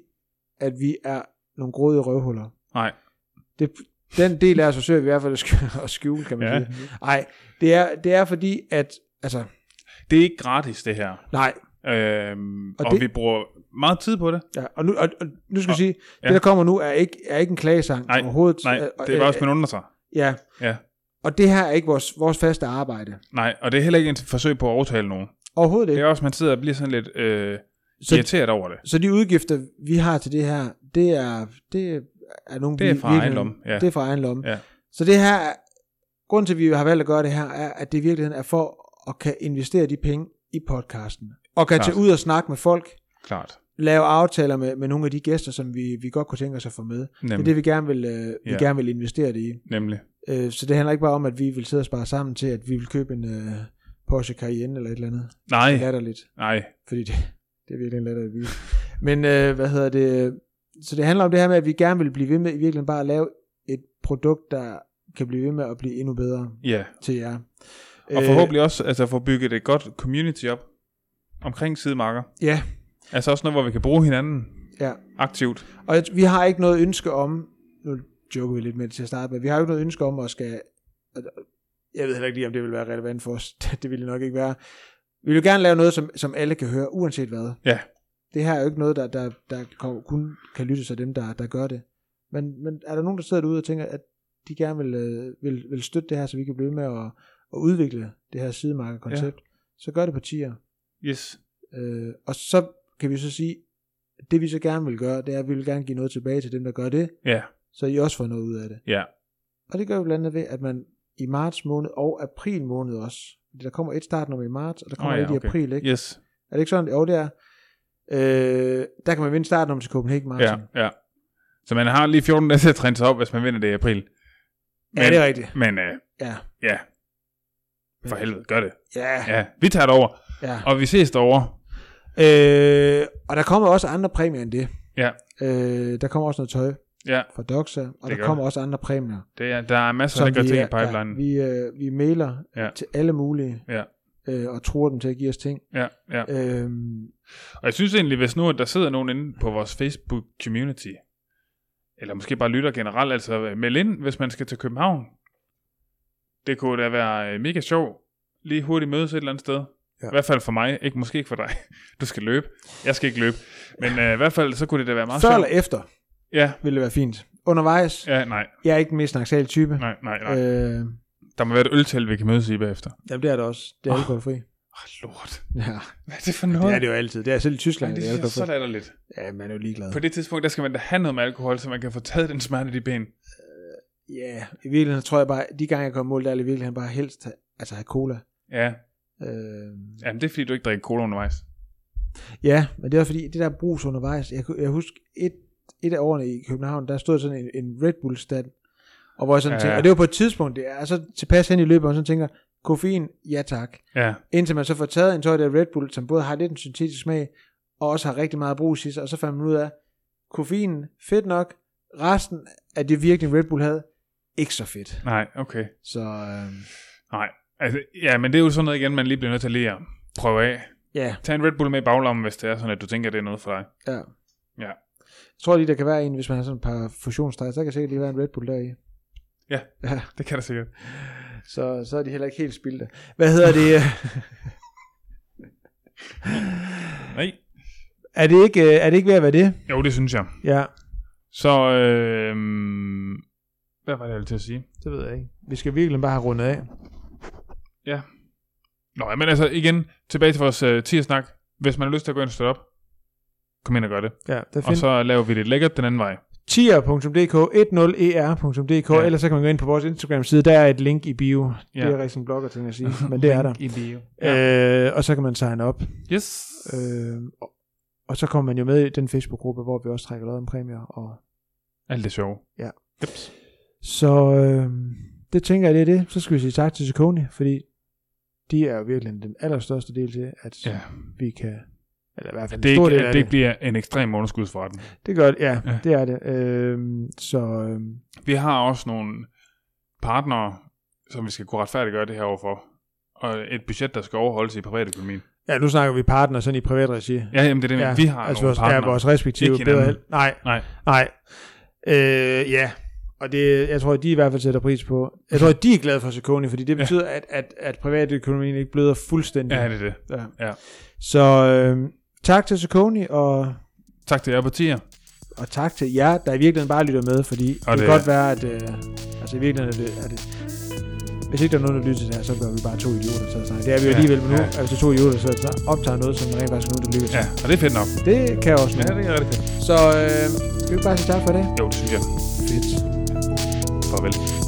Speaker 1: at vi er nogle grådige røvhuller.
Speaker 2: Nej.
Speaker 1: Det, den del af os forsøger vi i hvert fald at skjule, *laughs* at skjule kan man
Speaker 2: Ja.
Speaker 1: ja. sige. Nej, det er, det er fordi, at... Altså,
Speaker 2: Det er ikke gratis, det her.
Speaker 1: nej.
Speaker 2: Øhm, og
Speaker 1: Og
Speaker 2: og
Speaker 1: det-
Speaker 2: det... vi bruger meget tid på det.
Speaker 1: Ja, og, nu, og, og nu skal jeg sige, ja.
Speaker 2: ja.
Speaker 1: det der kommer nu er ikke, er ikke en klagesang
Speaker 2: Nej,
Speaker 1: overhovedet.
Speaker 2: Nej,
Speaker 1: Øh,
Speaker 2: det er bare,
Speaker 1: øh,
Speaker 2: hvis man undrer sig.
Speaker 1: Ja.
Speaker 2: Ja.
Speaker 1: Og det her er ikke vores, vores faste arbejde.
Speaker 2: Nej, og det er heller ikke et forsøg på at overtale nogen.
Speaker 1: Overhovedet
Speaker 2: Det
Speaker 1: ikke.
Speaker 2: er også, man sidder og bliver sådan lidt øh,
Speaker 1: Øh. Så-
Speaker 2: irriteret over det.
Speaker 1: Så de udgifter, vi har til det her, det er, det er nogle...
Speaker 2: Det er
Speaker 1: vi-
Speaker 2: fra
Speaker 1: virkelig-
Speaker 2: egen lomme, ja.
Speaker 1: Det er fra egen lomme.
Speaker 2: Ja.
Speaker 1: Så det her, er- grunden til, at vi har valgt at gøre det her, er, at det i virkeligheden er for at kan investere de penge i podcasten. Og kan
Speaker 2: Klart.
Speaker 1: tage ud og snakke med folk,
Speaker 2: Klart.
Speaker 1: lave aftaler med, med nogle af de gæster, som vi, vi godt kunne tænke os at få med. Det er
Speaker 2: Nemlig.
Speaker 1: det, vi gerne vil, øh, vi
Speaker 2: Ja.
Speaker 1: gerne vil investere det i.
Speaker 2: Nemlig.
Speaker 1: Øh, så det handler ikke bare om, at vi vil sidde og spare sammen til, at vi vil købe en øh, Porsche Cayenne eller et eller andet.
Speaker 2: Nej,
Speaker 1: Det er latterligt
Speaker 2: nej.
Speaker 1: fordi det, *laughs* det er virkelig en lettere vise. Men øh, hvad hedder det? Så det handler om det her med, at vi gerne vil blive ved med i virkeligheden bare at lave et produkt, der kan blive ved med at blive endnu bedre
Speaker 2: Ja.
Speaker 1: til jer.
Speaker 2: Og
Speaker 1: Øh.
Speaker 2: forhåbentlig også altså, få bygget et godt community op omkring sidemarker.
Speaker 1: Øh, ja,
Speaker 2: Altså også noget, hvor vi kan bruge hinanden
Speaker 1: ja.
Speaker 2: aktivt.
Speaker 1: Og jeg- vi har ikke noget ønske om, nu joker vi lidt med det til at starte med, vi har jo ikke noget ønske om at skal, at- jeg ved heller ikke lige, om det vil være relevant for os, *laughs* det ville det nok ikke være. Vi vil jo gerne lave noget, som, som alle kan høre, uanset hvad.
Speaker 2: Ja.
Speaker 1: Det her er jo ikke noget, der, der, der kom- kun kan lyttes af dem, der, der gør det. Men, men er der nogen, der sidder derude og tænker, at de gerne vil, øh, vil, vil støtte det her, så vi kan blive ved med at, at udvikle det her sidemarkerkoncept, ja. så gør det på tier.
Speaker 2: Yes.
Speaker 1: Øh, og så kan vi så sige, at det vi så gerne vil gøre, det er, at vi vil gerne give noget tilbage til dem, der gør det,
Speaker 2: Ja,
Speaker 1: så I også får noget ud af det.
Speaker 2: ja.
Speaker 1: Og det gør vi blandt andet ved, at man i marts måned og april måned også, fordi der kommer et startnummer i marts, og der kommer
Speaker 2: Åh
Speaker 1: oh, ja, et i april, ikke?
Speaker 2: Yes.
Speaker 1: Er det ikke sådan? Jo, det er. Øh, der kan man vinde startnummer til Copenhagen Marathon.
Speaker 2: Ja, ja. Så man har lige 14 dage til at træne sig op, hvis man vinder det i april. Men,
Speaker 1: ja, det er rigtigt.
Speaker 2: Men øh,
Speaker 1: Ja.
Speaker 2: ja, for helvede, gør det.
Speaker 1: Ja, ja.
Speaker 2: Ja, vi tager det over,
Speaker 1: ja.
Speaker 2: og vi ses derovre.
Speaker 1: Øh, og der kommer også andre præmier end det.
Speaker 2: Ja.
Speaker 1: Øh, der kommer også noget tøj
Speaker 2: Ja,
Speaker 1: fra Doxa, og
Speaker 2: Det
Speaker 1: det
Speaker 2: gør
Speaker 1: der kommer også andre præmier.
Speaker 2: det er, der er masser af lækre ting i pipelinen.
Speaker 1: Ja, vi, øh, vi mailer
Speaker 2: Ja.
Speaker 1: ja. til alle mulige,
Speaker 2: Ja.
Speaker 1: øh, og tror dem til at give os ting.
Speaker 2: Ja, ja.
Speaker 1: Øh,
Speaker 2: Og jeg synes egentlig, hvis nu at der sidder nogen inde på vores Facebook-community, eller måske bare lytter generelt, altså øh, meld ind, hvis man skal til København. Det kunne da være øh, mega sjovt. Lige hurtigt mødes et eller andet sted. Ja.
Speaker 1: Ja.
Speaker 2: I hvert fald for mig, ikke måske ikke for dig. *laughs* Du skal løbe. Jeg skal ikke løbe. Men øh, i hvert fald, så kunne det da være meget
Speaker 1: før
Speaker 2: sjovt.
Speaker 1: eller efter
Speaker 2: Ja,
Speaker 1: ville det være fint. Undervejs, ja.
Speaker 2: ja, nej,
Speaker 1: jeg er ikke den mest snaksale type.
Speaker 2: nej, nej, nej. Øh.
Speaker 1: Øh,
Speaker 2: Der må være et øltelt, vi kan mødes i bagefter.
Speaker 1: jamen det er det også. Det er
Speaker 2: Åh.
Speaker 1: alkoholfri.
Speaker 2: Oh, lort.
Speaker 1: Ja,
Speaker 2: Hvad er det for noget?
Speaker 1: det er det jo altid. Det er selv i Tyskland,
Speaker 2: Ej, det
Speaker 1: det er
Speaker 2: synes jeg er så
Speaker 1: alkoholfri.
Speaker 2: latterligt.
Speaker 1: Ja, man er jo ligeglad.
Speaker 2: På det tidspunkt, der skal man da have noget med alkohol, så man kan få taget den smerte i de ben.
Speaker 1: Ja, yeah. i virkeligheden tror jeg bare, de gange jeg kom i mål, der er det i virkeligheden bare helst have, altså have cola.
Speaker 2: Ja,
Speaker 1: Øh,
Speaker 2: Jamen, det er fordi, du ikke drikker cola undervejs.
Speaker 1: ja, men det var fordi, det der brus undervejs, jeg, kunne- jeg husker et, et af årene i København, der stod sådan en, en Red Bull stand, og hvor jeg sådan
Speaker 2: Ja.
Speaker 1: ja. tænker, og det var på et tidspunkt, det er så tilpas hen i løbet, og man sådan tænker, koffein, ja tak.
Speaker 2: Ja,
Speaker 1: Indtil man så får taget en tøj der Red Bull, som både har lidt en syntetisk smag, og også har rigtig meget brus i sig, og så fandt man ud af, koffein, fedt nok, resten af det virkning Red Bull havde, ikke så fedt.
Speaker 2: nej, okay.
Speaker 1: Så øh,
Speaker 2: Nej, altså, ja, men det er jo sådan noget igen, man lige bliver nødt til lige at prøve af.
Speaker 1: ja,
Speaker 2: Tag en Red Bull med i baglommen, hvis det er sådan, at du tænker, at det er noget for dig.
Speaker 1: ja.
Speaker 2: Ja.
Speaker 1: Jeg tror lige, der kan være en, hvis man har sådan et par fusionssteg, så kan sikkert lige være en Red Bull deri.
Speaker 2: Ja.
Speaker 1: ja
Speaker 2: Det kan der sikkert.
Speaker 1: så, så er de heller ikke helt spildte. Hvad hedder det? *laughs*
Speaker 2: Nej.
Speaker 1: er, det ikke, øh, er det ikke ved at være det?
Speaker 2: Jo, det synes jeg.
Speaker 1: Ja,
Speaker 2: Så, øh, hvad var det, jeg ville til at sige?
Speaker 1: det ved jeg ikke. Vi skal virkelig bare have rundet af.
Speaker 2: Nå, ja, men altså igen, tilbage til vores øh, tiersnak. Hvis man har lyst til at gå ind og stå op, kom ind og gør det.
Speaker 1: Ja, der
Speaker 2: Og
Speaker 1: findes så...
Speaker 2: så laver vi det lækkert den anden vej.
Speaker 1: tier.dk, 10er.dk,
Speaker 2: Ja.
Speaker 1: ja. eller så kan man gå ind på vores Instagram-side, der er et link i bio. Ja.
Speaker 2: Ja.
Speaker 1: Det er rigtig en blogger, ting at
Speaker 2: *laughs*
Speaker 1: sige, men det er der.
Speaker 2: I bio. Ja.
Speaker 1: Ja. Øh, og så kan man signe op.
Speaker 2: Yes.
Speaker 1: Øh, og, og så kommer man jo med i den Facebook-gruppe, hvor vi også trækker lod om præmier. Og...
Speaker 2: Alt det sjove.
Speaker 1: Ja.
Speaker 2: Jeps.
Speaker 1: Så øh, det tænker jeg, det er det. Så skal vi sige tak til Sekoni, fordi de er jo virkelig den allerstørste del til, at
Speaker 2: Ja.
Speaker 1: vi kan... Eller i hvert fald
Speaker 2: Det, er
Speaker 1: en stor
Speaker 2: ikke,
Speaker 1: del af
Speaker 2: at det ikke bliver en ekstrem underskudsforretning.
Speaker 1: Det gør det, ja,
Speaker 2: Ja.
Speaker 1: ja. det er det. Øhm, så øhm,
Speaker 2: Vi har også nogle partnere, som vi skal kunne retfærdiggøre det her overfor. Og et budget, der skal overholdes i privatøkonomien.
Speaker 1: ja, nu snakker vi partner sådan i privat regi.
Speaker 2: Ja, jamen det er det, ja, vi har altså
Speaker 1: altså
Speaker 2: nogle
Speaker 1: vores, ja,
Speaker 2: partnere.
Speaker 1: vores respektive
Speaker 2: Ikke
Speaker 1: bedre
Speaker 2: hinanden.
Speaker 1: held. Nej,
Speaker 2: Nej.
Speaker 1: nej. Øh, ja, og det, jeg tror, de i hvert fald sætter pris på. Jeg tror, de er glade for Sekoni, fordi det
Speaker 2: Ja.
Speaker 1: betyder, at, at, at privatøkonomien ikke bløder fuldstændig.
Speaker 2: Ja, det er det.
Speaker 1: ja.
Speaker 2: ja.
Speaker 1: Så øhm, tak til Sekoni, og,
Speaker 2: Tak til jer partier.
Speaker 1: og tak til jer, der i virkeligheden bare lytter med, fordi
Speaker 2: Og
Speaker 1: og det,
Speaker 2: det-
Speaker 1: kan godt være, at øh, altså i virkeligheden er det, er det hvis ikke der er nogen, der lytter til det her, så gør vi bare to idioter til at snakke. Det er vi jo
Speaker 2: Ja,
Speaker 1: alligevel, men nu
Speaker 2: ja.
Speaker 1: er vi så to idioter, så der optager noget, som rent faktisk er nogen, der lytter til.
Speaker 2: Ja, og det er fedt nok.
Speaker 1: Det kan jeg også øhm, nu.
Speaker 2: Ja, det er rigtig fedt.
Speaker 1: Så øh, skal vi ikke bare sige tak for i dag?
Speaker 2: Jo, det synes jeg.
Speaker 1: Fedt.
Speaker 2: Farvel.